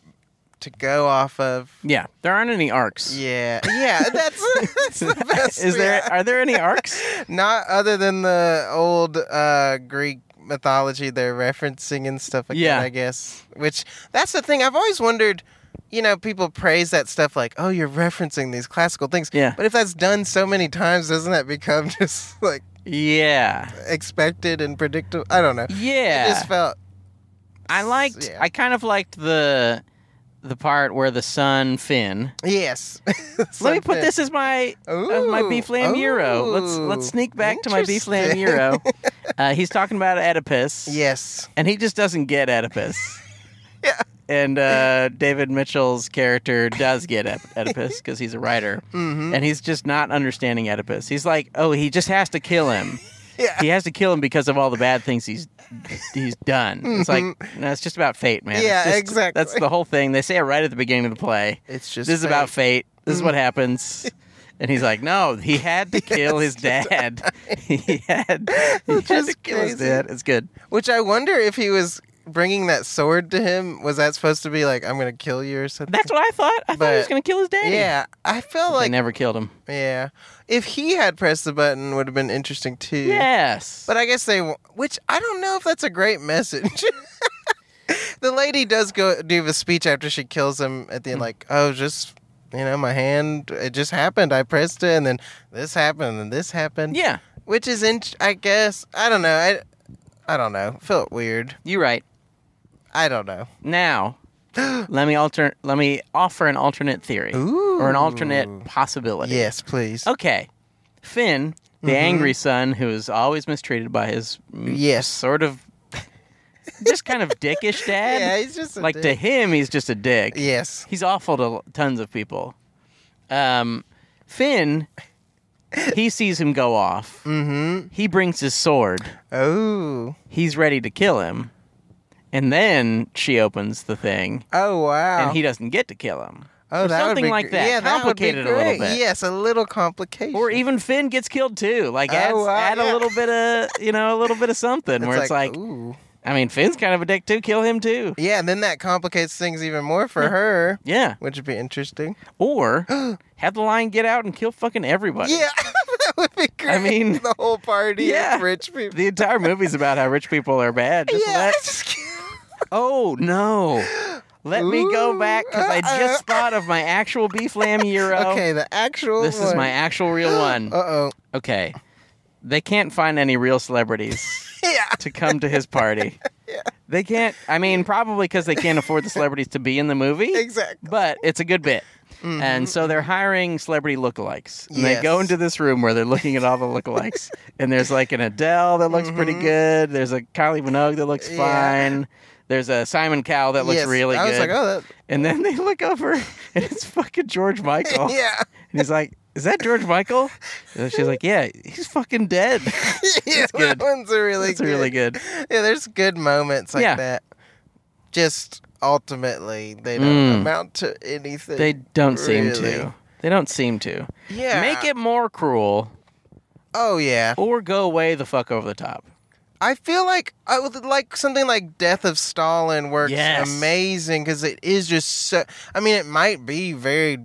B: to go off of.
A: Yeah. There aren't any arcs.
B: Yeah, yeah, that's that's the best.
A: Is there?
B: yeah.
A: Are there any arcs?
B: not other than the old uh, Greek mythology they're referencing and stuff like
A: Yeah.
B: that? I guess. Which that's the thing I've always wondered. You know, people praise that stuff like, "Oh, you're referencing these classical things."
A: Yeah.
B: But if that's done so many times, doesn't that become just like
A: Yeah.
B: expected and predictable? I don't know.
A: Yeah.
B: It just felt
A: I liked.
B: Yeah.
A: I kind of liked the the part where the son Finn.
B: yes.
A: Let me put this as my as my beef lamb euro. Let's let's sneak back to my beef lamb euro. Uh, he's talking about Oedipus,
B: yes.
A: and he just doesn't get Oedipus.
B: Yeah.
A: And uh, David Mitchell's character does get Oe- Oedipus because he's a writer,
B: Mm-hmm.
A: and he's just not understanding Oedipus. He's like, oh, he just has to kill him.
B: Yeah.
A: He has to kill him because of all the bad things he's he's done. It's like no, it's just about fate, man. It's
B: Mm-hmm. Yeah,
A: just-
B: exactly.
A: That's the whole thing. They say it right at the beginning of the play.
B: It's just
A: this is about
B: fake.
A: fate. This is what happens. And he's like, no, he had to kill his dad. he had, he had
B: Which
A: to
B: is
A: kill his
B: crazy.
A: dad. It's good.
B: Which I wonder if he was bringing that sword to him was that supposed to be like I'm gonna kill you or something?
A: That's what I thought. I thought he was
B: But-
A: gonna kill his daddy.
B: yeah, I felt
A: They
B: like
A: never killed him.
B: yeah. If he had pressed the button, would have been interesting too.
A: Yes.
B: But I guess they, w- which I don't know if that's a great message. the lady does go do the speech after she kills him at the
A: Hmm.
B: end, like, oh, just you know, my hand, it just happened. I pressed it, and then this happened, and this happened.
A: yeah,
B: which is in, I guess, I don't know. I, I don't know. Felt weird.
A: you're right.
B: I don't know.
A: Now, let me alter. Let me offer an alternate theory
B: Ooh.
A: or an alternate Oh, possibility.
B: Yes, please.
A: Okay, Finn, the angry son who is always mistreated by his mm,
B: Yes.
A: sort of just kind of dickish dad.
B: yeah, he's just a
A: like to
B: dick.
A: him, he's just a dick.
B: Yes.
A: He's awful to l- tons of people. Um, Finn, he sees him go off.
B: Mm-hmm.
A: He brings his sword.
B: Oh.
A: He's ready to kill him. And then she opens the thing,
B: Oh wow.
A: and he doesn't get to kill him.
B: oh,
A: or
B: that would
A: something
B: be
A: like
B: gr-
A: that.
B: Yeah, that would be
A: Complicate it a little
B: great.
A: bit.
B: Yes, a little complication.
A: Or even Finn gets killed too. Like
B: Oh,
A: adds,
B: wow,
A: add
B: yeah.
A: a little bit of you know a little bit of something where it's like
B: ooh.
A: I mean Finn's kind of a dick too. Kill him too.
B: Yeah, and then that complicates things even more for her,
A: Yeah.
B: which would be interesting.
A: Or have the lion get out and kill fucking everybody.
B: Yeah, that would be great.
A: mean,
B: the whole party
A: yeah.
B: of rich people.
A: The entire movie's about how rich people are bad. Just
B: yeah,
A: let
B: just-
A: Oh no. Let me go
B: Ooh,
A: back because I just thought of my actual beef lamb euro.
B: okay, the actual.
A: Oh, This is my actual real one.
B: Uh oh.
A: Okay. They can't find any real celebrities
B: Yeah.
A: to come to his party. They can't. I mean, probably because they can't afford the celebrities to be in the movie.
B: Exactly.
A: But it's a good bit. And so they're hiring celebrity lookalikes. And they go
B: Mm-hmm. Yes.
A: into this room where they're looking at all the lookalikes. and there's like an Adele that looks pretty good. There's a Kylie Minogue that looks
B: Mm-hmm. Yeah.
A: fine. There's a Simon Cowell that looks
B: Yes,
A: really
B: I was
A: good.
B: like, oh,
A: And then they look over and it's fucking George Michael.
B: that. Yeah.
A: And he's like, Is that George Michael? And she's like, Yeah, he's fucking dead.
B: yeah,
A: good.
B: that one's a really
A: It's
B: good.
A: really good.
B: Yeah, there's good moments like
A: Yeah.
B: that. Just ultimately, they don't
A: Mm.
B: amount to anything.
A: They don't seem
B: Really?
A: to. They don't seem to.
B: yeah.
A: Make it more cruel
B: Oh yeah.
A: or go way the fuck over the top.
B: I feel like I would like something like Death of Stalin works
A: Yes.
B: amazing because it is just so. I mean, it might be very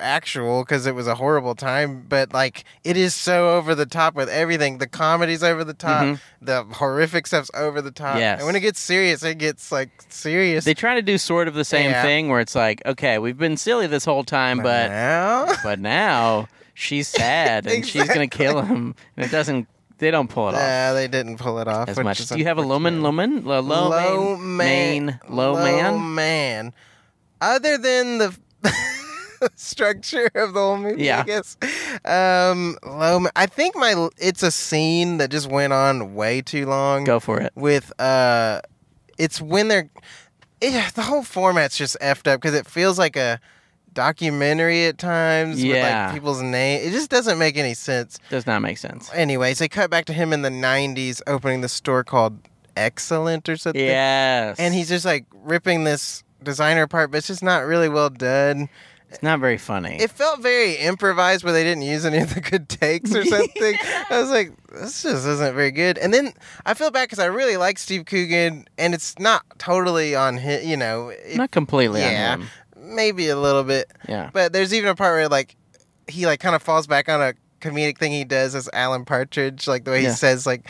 B: actual because it was a horrible time, but like it is so over the top with everything. The comedy's over the top,
A: Mhm.
B: the horrific stuff's over the top,
A: Yes.
B: and when it gets serious, it gets like serious.
A: They try to do sort of the same
B: Yeah.
A: thing where it's like, okay, we've been silly this whole time, but
B: now,
A: but now she's sad and she's gonna kill him, and it doesn't. They don't pull it off
B: nah, they didn't pull it off
A: as
B: which
A: much.
B: is
A: Do you have a Loman Loman
B: unfortunate.
A: Lo- low,
B: low
A: main, main low, man?
B: man. Other than the structure of the whole movie,
A: Yeah.
B: I guess. Um, low. Man. I think my it's a scene that just went on way too long.
A: Go for it.
B: with uh, it's when they're it, the whole format's just effed up because it feels like a documentary at times with
A: Yeah.
B: like people's name. It just doesn't make any sense.
A: Does not make sense.
B: Anyways, they cut back to him in the '90s opening the store called Excellent or something.
A: Yes,
B: And he's just like ripping this designer apart, but it's just not really well done.
A: it's not very funny.
B: It felt very improvised where they didn't use any of the good takes or something. I was like, this just isn't very good. And then I feel bad because I really like Steve Coogan, and it's not totally on him, you know, it-
A: not completely
B: yeah.
A: on him.
B: maybe a little bit.
A: Yeah.
B: But there's even a part where like he like kind of falls back on a comedic thing he does as Alan Partridge, like the way
A: Yeah.
B: he says like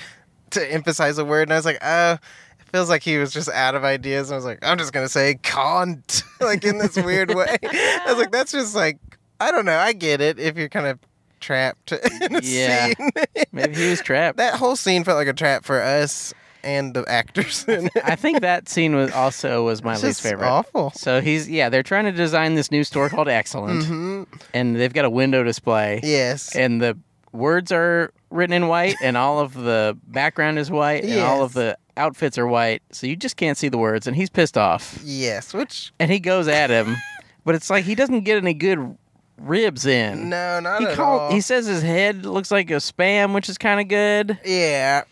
B: to emphasize a word, and I was like, oh, it feels like he was just out of ideas. And I was like, I'm just gonna say cunt, like in this weird way. I was like, that's just like I don't know. I get it if you're kind of trapped in a
A: Yeah.
B: scene.
A: Maybe he was trapped.
B: that whole scene felt like a trap for us and the actors in it.
A: I think that scene was also was my
B: It's
A: least
B: just
A: favorite.
B: Awful.
A: So he's yeah, they're trying to design this new store called Excellent,
B: Mhm.
A: and they've got a window display,
B: Yes.
A: and the words are written in white, and all of the background is white, and all of
B: Yes.
A: the outfits are white, so you just can't see the words, and he's pissed off,
B: Yes. Which
A: and he goes at him, but it's like he doesn't get any good ribs in.
B: no, not
A: he
B: at
A: called-
B: all.
A: He says his head looks like a spam, which is kind of good.
B: Yeah.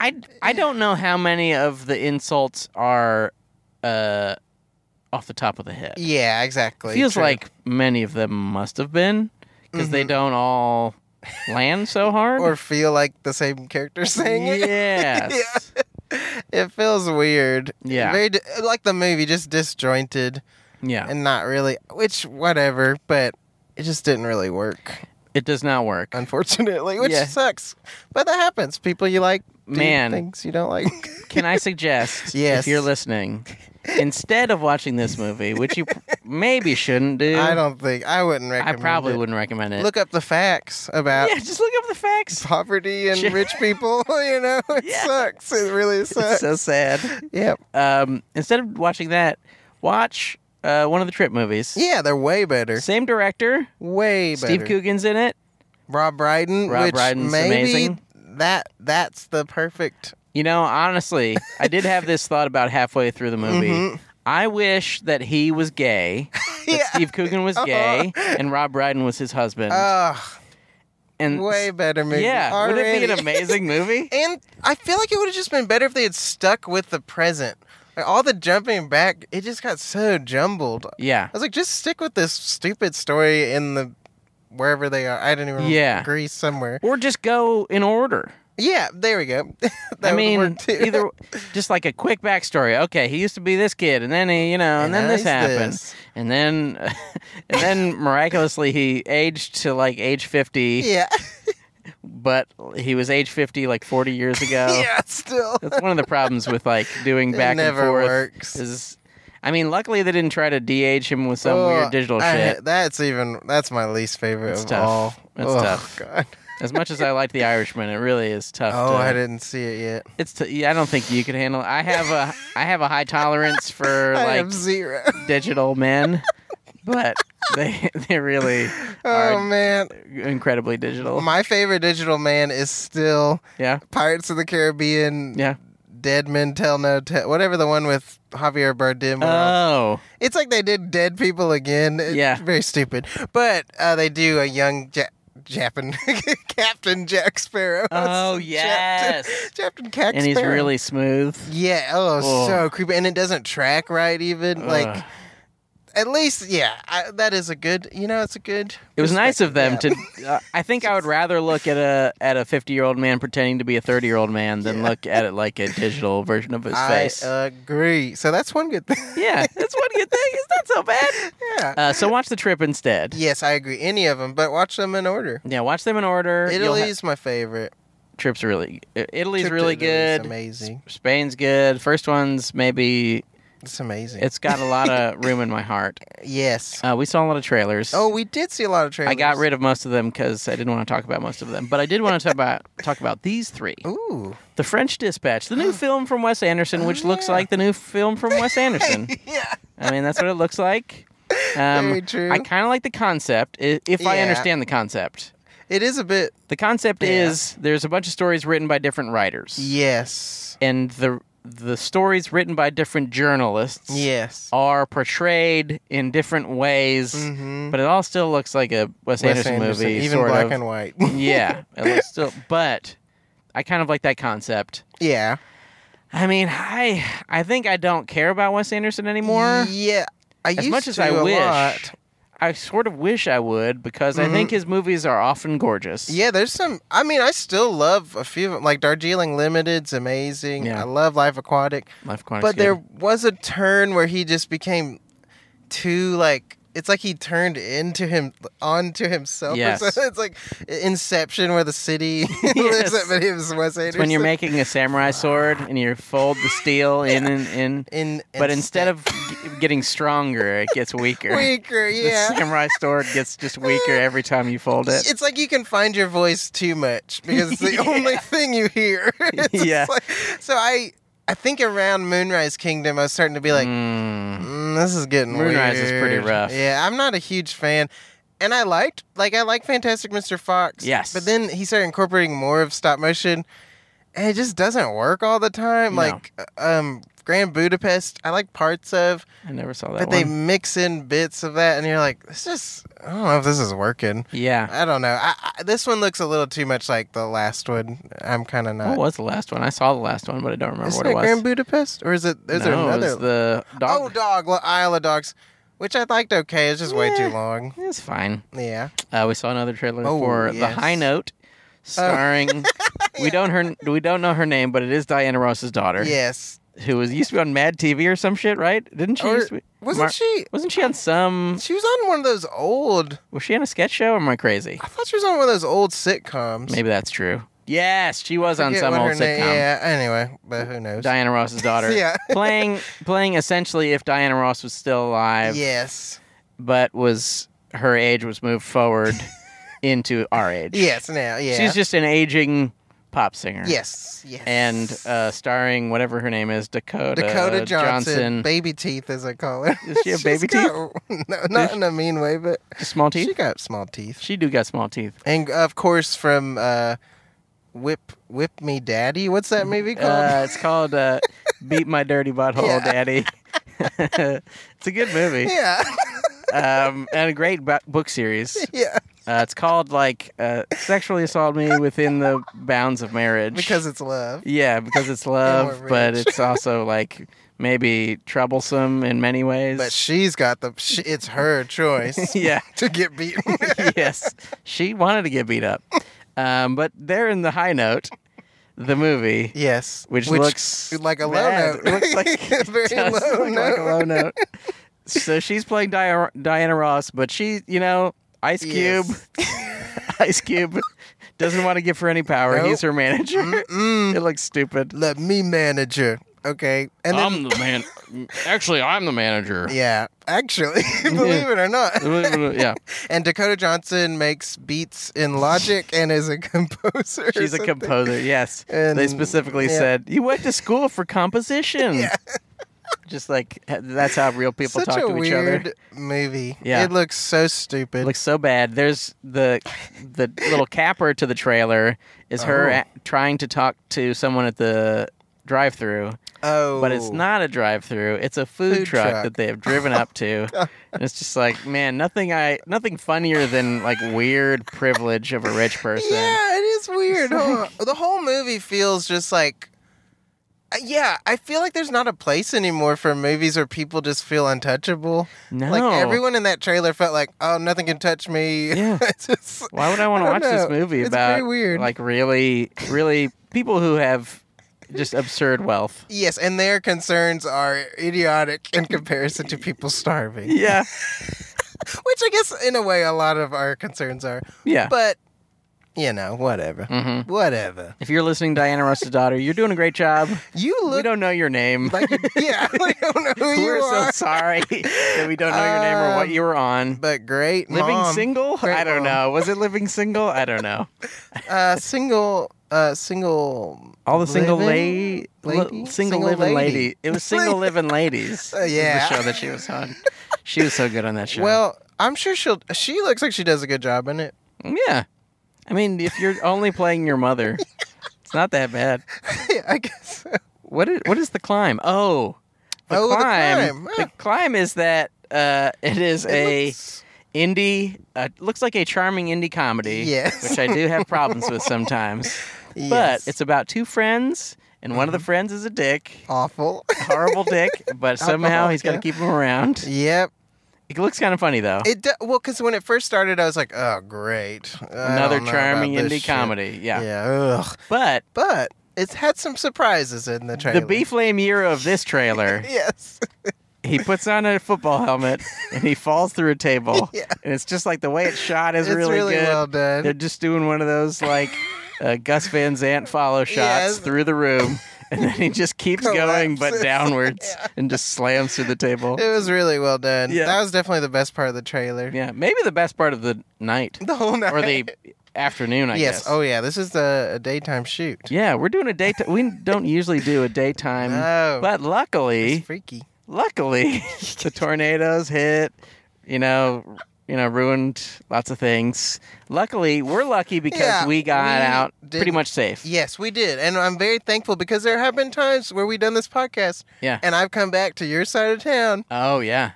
A: I I don't know how many of the insults are, uh, off the top of the head.
B: Yeah, exactly.
A: feels
B: True. Mm-hmm.
A: like many of them must have been because they don't all land so hard.
B: or feel like the same character saying it.
A: yes,
B: It feels weird.
A: Yeah.
B: Very di- like the movie, just disjointed
A: Yeah.
B: and not really. Which whatever, but it just didn't really work,
A: it does not work.
B: unfortunately, which
A: Yeah.
B: sucks. But that happens. People you like, do
A: Man.
B: things you don't like.
A: Can I suggest,
B: Yes.
A: if you're listening, instead of watching this movie, which you p- maybe shouldn't do,
B: I don't think I wouldn't
A: I
B: recommend.
A: probably
B: it.
A: wouldn't recommend it.
B: look up the facts about
A: yeah, just look up the facts.
B: poverty and
A: Sure.
B: rich people. You know, it
A: Yeah.
B: sucks. It really
A: It's
B: sucks.
A: so sad.
B: yep.
A: Um, instead of watching that, watch uh, one of the Trip movies.
B: Yeah, they're way better.
A: Same director,
B: Way better.
A: Steve Coogan's in it.
B: Rob Brydon.
A: Rob
B: which
A: Brydon's
B: maybe
A: amazing.
B: That that's the perfect.
A: You know, honestly, I did have this thought about halfway through the movie.
B: Mhm.
A: I wish that he was gay, that
B: Yeah. Uh-huh. Uh,
A: Steve Coogan was gay, and Rob Brydon was his husband.
B: Ugh,
A: and
B: way better movie.
A: yeah,
B: already.
A: would it be an amazing movie?
B: and I feel like it would have just been better if they had stuck with the present. Like, all the jumping back, it just got so jumbled.
A: yeah,
B: I was like, just stick with this stupid story in the wherever they are. I don't even
A: Yeah.
B: Greece somewhere.
A: or just go in order.
B: Yeah, there we go. that
A: I
B: would
A: mean,
B: work too.
A: either just like a quick backstory. Okay, he used to be this kid, and then he, you know, and,
B: And
A: then
B: now
A: this
B: he's
A: happened,
B: this.
A: and then, and then miraculously he aged to like age fifty,
B: yeah,
A: but he was age fifty like forty years ago.
B: yeah, still.
A: That's one of the problems with like doing
B: It
A: back
B: never
A: and forth.
B: works.
A: Is, I mean, luckily they didn't try to de-age him with some
B: Oh,
A: weird digital
B: I-
A: shit.
B: That's even that's my least favorite
A: It's
B: of
A: tough.
B: all.
A: It's
B: oh,
A: tough.
B: God.
A: As much as I like The Irishman, it really is tough.
B: Oh,
A: to,
B: I didn't see it yet.
A: It's t- yeah, I don't think you could handle. I have a I have a high tolerance for
B: I
A: like
B: have zero.
A: digital men, but they they really
B: Oh
A: are
B: man,
A: incredibly digital.
B: my favorite digital man is still
A: yeah,
B: Pirates of the Caribbean.
A: yeah.
B: Dead Men Tell No Tale. Whatever the one with Javier Bardem. where all-
A: Oh,
B: It's like they did dead people again. It's
A: Yeah.
B: very stupid. But uh, they do a young ja- Japan Captain Jack Sparrow.
A: oh
B: It's
A: yes,
B: Captain, Captain Jack
A: and he's
B: Sparrow.
A: really smooth.
B: yeah. Oh,
A: Oh.
B: so creepy, and it doesn't track right even.
A: Ugh.
B: Like at least, yeah, I, that is a good. You know, it's a good.
A: It was nice of them
B: perspective.
A: to. Uh, I think I would rather look at a at a fifty year old man pretending to be a thirty year old man than look at it like a digital version of his
B: Yeah.
A: face.
B: I uh, agree. So that's one good thing.
A: yeah, that's one good thing. It's not so bad.
B: yeah.
A: Uh, so watch the trip instead.
B: yes, I agree. Any of them, but watch them in order.
A: Yeah, watch them in order. You'll ha-
B: Italy's my favorite.
A: trips really. I- Italy's
B: Trip to
A: really
B: Italy's
A: good.
B: Amazing.
A: Spain's good. First one's maybe
B: It's amazing.
A: it's got a lot of room in my heart.
B: yes.
A: Uh, we saw a lot of trailers.
B: Oh, we did see a lot of trailers.
A: I got rid of most of them because I didn't want to talk about most of them, but I did want to talk about talk about these three:
B: Ooh.
A: The French Dispatch, the new film from Wes Anderson, which looks
B: yeah.
A: like the new film from Wes Anderson.
B: yeah.
A: I mean, that's what it looks like. Um,
B: Very true.
A: I kind of like the concept, i- if I
B: Yeah.
A: understand the concept.
B: It is a bit.
A: The concept
B: Yeah.
A: is there's a bunch of stories written by different writers.
B: Yes.
A: and the the stories written by different journalists
B: Yes.
A: are portrayed in different ways,
B: Mhm.
A: but it all still looks like a Mm-hmm. Wes,
B: Wes
A: Anderson,
B: Anderson,
A: movie,
B: even
A: sort
B: black
A: of.
B: and white.
A: yeah, it looks still, but I kind of like that concept.
B: yeah.
A: I mean, I I think I don't care about Wes Anderson anymore.
B: Yeah. I
A: as
B: used
A: much as
B: to
A: I
B: a
A: wish,
B: lot.
A: I sort of wish I would because I think his movies are often gorgeous.
B: Yeah, there's some. I mean, I still love a few of them. Like Darjeeling Limited's amazing.
A: Yeah.
B: I love Life Aquatic.
A: Life Quantity's
B: but there
A: good.
B: was a turn where he just became too like it's like he turned into him onto himself. or
A: Yes.
B: something. it's like Inception, where the city
A: Yes.
B: lives up, but it was Wes Anderson.
A: It's when you're making a samurai sword and you fold the steel in and in.
B: in,
A: But instead of g- getting stronger, it gets weaker.
B: weaker,
A: The
B: yeah.
A: samurai sword gets just weaker every time you fold it.
B: It's like you can find your voice too much because it's the
A: Yeah.
B: only thing you hear. It's just
A: Yeah.
B: like- so I, I think around Moonrise Kingdom, I was starting to be like,
A: Mm.
B: Mm, this is getting
A: Moonrise is pretty
B: weird.
A: rough.
B: Yeah, I'm not a huge fan. And I liked, like, I like Fantastic Mr. Fox.
A: Yes.
B: But then he started incorporating more of stop motion, and it just doesn't work all the time.
A: No.
B: Like, uh, um, Grand Budapest, I like parts of,
A: I never saw that
B: but they
A: one.
B: mix in bits of that, and you're like, this just, I don't know if this is working.
A: Yeah.
B: I don't know. I, I, this one looks a little too much like the last one. I'm kind of
A: What
B: not.
A: was the last one? I saw the last one, but Oh, I don't remember
B: Isn't
A: what it
B: it
A: was.
B: uh, Grand Budapest? Or is it, is there
A: No, it
B: another?
A: was the dog.
B: Oh, dog, Lo- Isle of Dogs, which I liked okay. It's just way
A: Yeah.
B: too long.
A: It's fine.
B: Yeah.
A: Uh, we saw another trailer
B: Oh,
A: for The
B: yes.
A: High Note, starring. We don't her. We don't know her name, but it is Diana Ross's daughter.
B: Yes.
A: who was used to be on Mad TV or some shit, right? Didn't she?
B: Or-
A: used to be-
B: wasn't
A: Mar-
B: she?
A: Wasn't she on some?
B: She was on one of those old.
A: Was she on a sketch show? Or am I crazy?
B: I thought she was on one of those old sitcoms.
A: Maybe that's true. Yes, she was on
B: Forget
A: some
B: what
A: old
B: her
A: sitcom.
B: name- Yeah. Anyway, but who knows?
A: Diana Ross's daughter.
B: Yeah.
A: playing playing essentially if Diana Ross was still alive,
B: Yes.
A: but was her age was moved forward into our age.
B: Yes. Now. Yeah.
A: She's just an aging pop singer.
B: Yes. Yes.
A: And uh, starring whatever her name is, Dakota
B: Dakota Johnson, baby teeth as I call her.
A: Is she a
B: She's
A: baby
B: got- no, not in a mean way, but
A: small teeth.
B: she got small teeth.
A: she do got small teeth.
B: And of course, from uh, Whip Whip Me Daddy. What's that movie called?
A: Uh, it's called uh, "Beat My Dirty Butthole,
B: Yeah.
A: Daddy." it's a good movie
B: yeah,
A: um, and a great bu- book series.
B: yeah.
A: Uh, it's called like uh, "Sexually Assault Me Within the Bounds of Marriage"
B: Because it's love.
A: yeah, because it's
B: we're
A: love,
B: rich.
A: but it's also like maybe troublesome in many ways.
B: But she's got the. She, it's her choice
A: yeah,
B: to get beaten.
A: yes, she wanted to get beat up, um, but they're in the high note. The movie,
B: yes,
A: Which looks
B: like a low
A: bad.
B: note.
A: It looks like
B: A very
A: it does
B: low
A: look like a
B: note.
A: low note. so she's playing Dia- Diana Ross, but she, you know, Ice Cube,
B: Yes.
A: Ice Cube doesn't want to give her any power.
B: Nope.
A: He's her manager.
B: Mm,
A: It looks stupid.
B: let me manage her. Okay, and then
A: the man. Actually, I'm the manager.
B: yeah, actually, believe it or not,
A: yeah,
B: And Dakota Johnson makes beats in Logic and is a composer. or
A: she's a
B: something.
A: composer. Yes,
B: And-
A: they specifically
B: yeah.
A: said you went to school for composition. Just like that's how real people
B: Such
A: talk
B: a
A: to each other.
B: weird movie.
A: Yeah.
B: it looks so stupid.
A: It looks so bad. There's the the little capper to the trailer is her
B: Oh.
A: a- trying to talk to someone at the drive-through,
B: oh,
A: but it's not a drive-through. It's a food,
B: Food
A: truck,
B: truck.
A: that they have driven up to. and it's just like, man, nothing I nothing funnier than like weird privilege of a rich person.
B: Yeah, it is weird. huh? The whole movie feels just like. Uh, Yeah, I feel like there's not a place anymore for movies where people just feel untouchable.
A: No.
B: Like everyone in that trailer felt like, oh, nothing can touch me.
A: Yeah.
B: It's just-
A: Why would I want
B: I
A: to
B: don't
A: watch this
B: know.
A: movie
B: It's
A: about
B: very weird.
A: like really really people who have just absurd wealth?
B: yes, and their concerns are idiotic in comparison to people starving.
A: Yeah.
B: Which I guess, in a way, a lot of our concerns are.
A: Yeah.
B: But, you know, whatever.
A: Mhm.
B: Whatever.
A: If you're listening, Diana Ross's daughter, you're doing a great job.
B: You
A: we
B: look
A: don't know your name.
B: like you, yeah, we don't know who
A: We're
B: you
A: so
B: are.
A: sorry that we don't know your name or what
B: Um,
A: you were on.
B: but great
A: Living
B: mom.
A: single?
B: Great
A: I don't
B: mom.
A: know. Was it living single? I don't know.
B: Uh, single, uh, single.
A: All the single
B: Living
A: la-
B: lady?
A: li- single, living lady. It was single living ladies.
B: Uh,
A: was
B: yeah.
A: the show that she was on. She was so good on that show.
B: Well, I'm sure she'll. She looks like she does a good job in it.
A: yeah. I mean, if you're only playing your mother, it's not that bad.
B: yeah, I guess. So.
A: What is what is the climb? Oh, the
B: Oh, the
A: climb.
B: climb,
A: The
B: yeah.
A: climb is that uh, it is
B: It
A: a.
B: looks-
A: indie uh, looks like a charming indie comedy
B: Yes.
A: which i do have problems with sometimes
B: yes.
A: but it's about two friends and one of the friends is a dick
B: awful.
A: horrible dick but somehow he's got to
B: Alcoholic,
A: keep him around
B: yep.
A: it looks kind of funny though
B: It do, well, because when it first started, I was like, oh, great. I
A: another
B: don't know
A: charming
B: about this
A: indie
B: shit.
A: comedy yeah.
B: Yeah. Ugh.
A: but
B: but it's had some surprises in the trailer.
A: the B flame year of this trailer,
B: Yes.
A: he puts on a football helmet and he falls through a table.
B: Yeah.
A: And it's just like the way it's shot is
B: It's really,
A: good.
B: well done.
A: They're just doing one of those like uh, Gus Van Zant follow shots
B: Yes.
A: through the room, and then he just keeps going but
B: Collapses.
A: downwards
B: Yeah.
A: and just slams through the table.
B: It was really well done.
A: Yeah.
B: That was definitely the best part of the trailer.
A: Yeah, maybe the best part of the night
B: The whole night.
A: or the afternoon, I
B: yes.
A: guess.
B: Oh yeah. This is the a daytime shoot.
A: yeah, we're doing a daytime. we don't usually do a daytime,
B: No.
A: but luckily,
B: It's Oh, freaky.
A: luckily, the tornadoes hit. You know. You know, ruined lots of things. Luckily, we're lucky because
B: Yeah,
A: we got
B: we
A: out pretty
B: didn't-
A: much safe.
B: Yes, we did, and I'm very thankful because there have been times where we've done this podcast,
A: Yeah.
B: and I've come back to your side of town.
A: Oh yeah.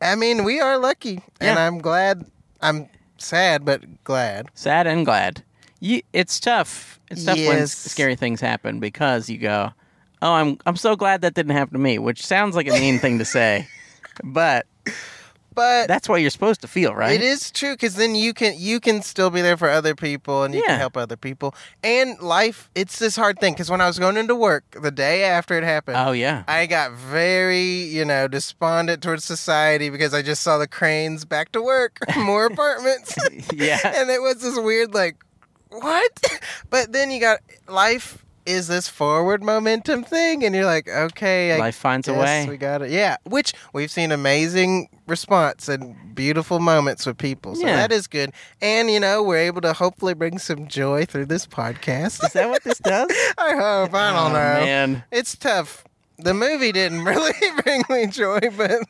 B: I mean, we are lucky, and
A: Yeah.
B: I'm glad. I'm sad, but glad.
A: sad and glad. You, it's tough. It's tough when s-
B: Yes.
A: scary things happen because you go, "Oh, I'm I'm so glad that didn't happen to me," which sounds like a mean thing to say, but
B: But
A: That's what you're supposed to feel, right?
B: It is true because then you can you can still be there for other people and you
A: Yeah.
B: can help other people. And life, it's this hard thing because when I was going into work the day after it happened,
A: Oh yeah.
B: I got very you know despondent towards society because I just saw the cranes back to work, more apartments,
A: yeah.
B: and it was this weird like what? But then you got life is this forward momentum thing, and you're like, okay, I
A: Life finds a way.
B: Yes, We got it. Yeah, which we've seen amazing response and beautiful moments with people. So
A: Yeah.
B: that is good. And you know, we're able to hopefully bring some joy through this podcast.
A: Is that what this does?
B: I hope. I
A: oh,
B: don't know.
A: Man,
B: It's tough. The movie didn't really bring me joy, but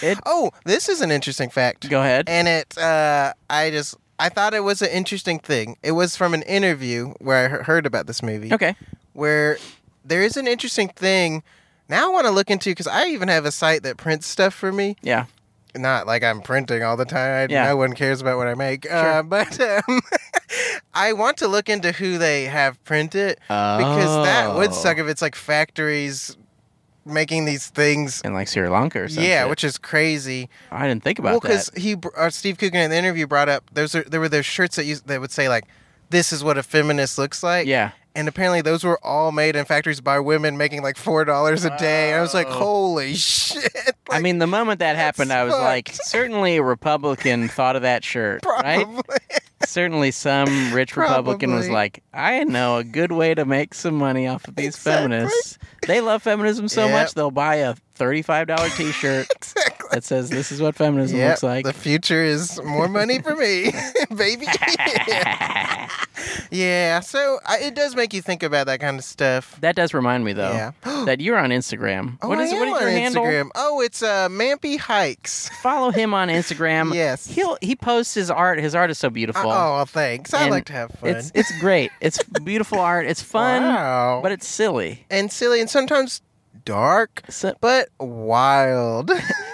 A: It-
B: oh, this is an interesting fact.
A: go ahead.
B: And it, uh, I just, I thought it was an interesting thing. It was from an interview where I he- heard about this movie
A: Okay.
B: where there is an interesting thing now I want to look into because I even have a site that prints stuff for me.
A: Yeah.
B: Not like I'm printing all the time.
A: Yeah.
B: No one cares about what I make. Uh, but um, I want to look into who they have print it because that
A: Oh.
B: would suck if it's like factories making these things.
A: Oh. In like Sri Lanka or something.
B: Yeah, which is crazy.
A: I didn't think
B: Well,
A: about
B: because
A: that.
B: he, br- uh, Steve Coogan in the interview brought up those are, there were those shirts that you that would say like, "This is what a feminist looks like."
A: Yeah.
B: and apparently those were all made in factories by women making like four dollars a day. And I was like,
A: Wow.
B: holy shit!
A: Oh. I
B: Like,
A: mean, the moment that
B: that's
A: happened, I was
B: fucked.
A: like, certainly a Republican thought of that shirt, right?
B: probably.
A: Certainly, some rich Republican was
B: Probably.
A: like, "I know a good way to make some money off of these
B: Exactly.
A: feminists. They love feminism so
B: Yep.
A: much they'll buy a thirty-five dollar T-shirt
B: exactly.
A: that says this is what feminism
B: Yeah,
A: looks like."
B: the future is more money for me, baby. yeah, so I, it does make you think about that kind of stuff.
A: that does remind me, though,
B: Yeah.
A: that you're on Instagram.
B: Oh,
A: what
B: I
A: is
B: am
A: what is your
B: on
A: handle?
B: Instagram. Oh, it's uh, Mampy Hikes.
A: Follow him on Instagram.
B: Yes.
A: he'll he posts his art. His art is so beautiful.
B: oh, thanks. I
A: And
B: like to have fun.
A: It's it's great. It's beautiful art. It's fun,
B: wow.
A: but it's silly.
B: and silly and sometimes dark,
A: So,
B: but wild.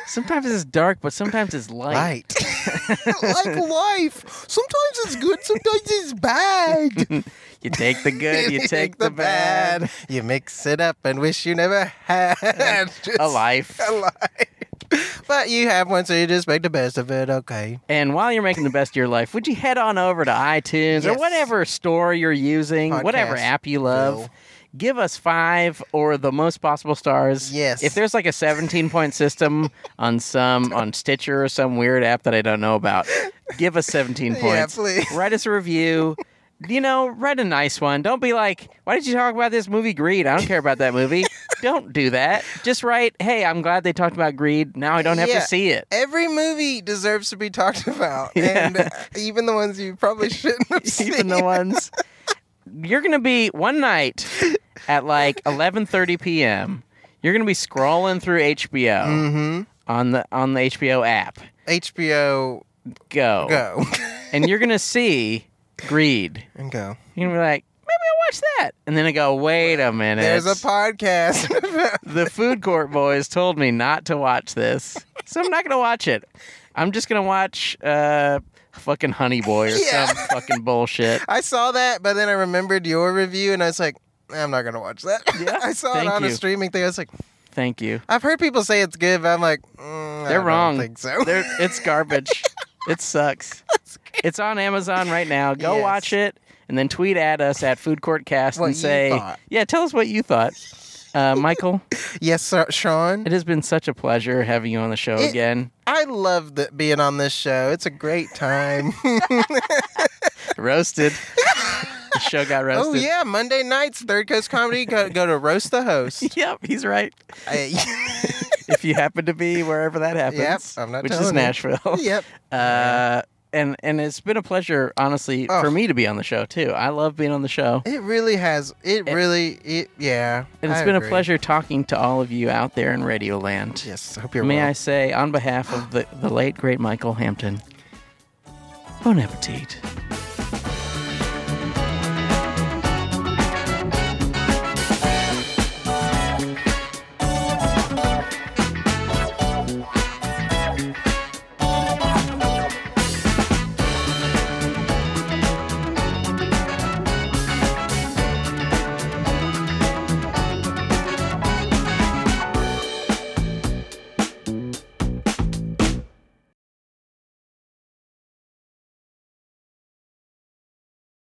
A: sometimes it's dark, but sometimes it's light.
B: light. like life. Sometimes it's good, sometimes it's bad.
A: You take the good, you take the bad.
B: You mix it up and wish you never had. Just
A: A life.
B: A life. But you have one, so you just make the best of it, okay?
A: And while you're making the best of your life, would you head on over to iTunes or
B: Yes.
A: whatever store you're using, whatever
B: Podcast
A: app you love?
B: will.
A: Give us five or the most possible stars.
B: Yes.
A: If there's like a 17 point system on some on Stitcher or some weird app that I don't know about, give us 17
B: Yeah,
A: points.
B: please.
A: write us a review. You know, write a nice one. Don't be like, why did you talk about this movie Greed? I don't care about that movie. don't do that. Just write, hey, I'm glad they talked about Greed. Now I don't have
B: Yeah.
A: to see it.
B: Every movie deserves to be talked about,
A: Yeah.
B: and uh, even the ones you probably shouldn't have seen.
A: even the ones you're gonna be one night at like 11:30 p.m. You're gonna be scrolling through HBO
B: mm-hmm.
A: on the on the HBO app.
B: HBO
A: Go.
B: Go
A: and you're gonna see Greed.
B: and go.
A: You're gonna be like, maybe I'll watch that. And then I go, wait a minute.
B: There's a podcast. about-
A: the food court boys told me not to watch this, so I'm not gonna watch it. I'm just gonna watch uh, fucking Honey Boy or
B: Yeah.
A: some fucking bullshit.
B: I saw that, but then I remembered your review, and I was like, I'm not gonna watch that.
A: Yeah,
B: I saw
A: thank
B: it on a
A: you.
B: streaming thing. I was like,
A: Thank you.
B: I've heard people say it's good, but I'm like, mm, I
A: They're
B: don't
A: wrong.
B: Think so.
A: They're, it's garbage. it sucks. It's on Amazon right now. Go
B: Yes.
A: watch it and then tweet at us at Food Court Cast
B: What
A: and
B: you
A: say,
B: thought.
A: yeah, tell us what you thought. Uh, Michael,
B: yes, sir, Sean.
A: it has been such a pleasure having you on the show
B: It-
A: again.
B: I love that being on this show. It's a great time.
A: Roasted. the show got
B: oh
A: roasted.
B: yeah, Monday nights, Third Coast Comedy. Go, go to roast the host.
A: Yep, he's right.
B: I-
A: If you happen to be wherever that happens,
B: Yep, I'm not
A: which is
B: telling you.
A: Nashville.
B: yep.
A: Uh, and and it's been a pleasure, honestly,
B: Oh.
A: for me to be on the show too. I love being on the show.
B: It really has. It really. It yeah.
A: And it's
B: I
A: been a
B: agree.
A: pleasure talking to all of you out there in Radio Land.
B: Yes. I hope you're.
A: May
B: well.
A: I say, on behalf of the, the late, great Michael Hampton, bon appetit.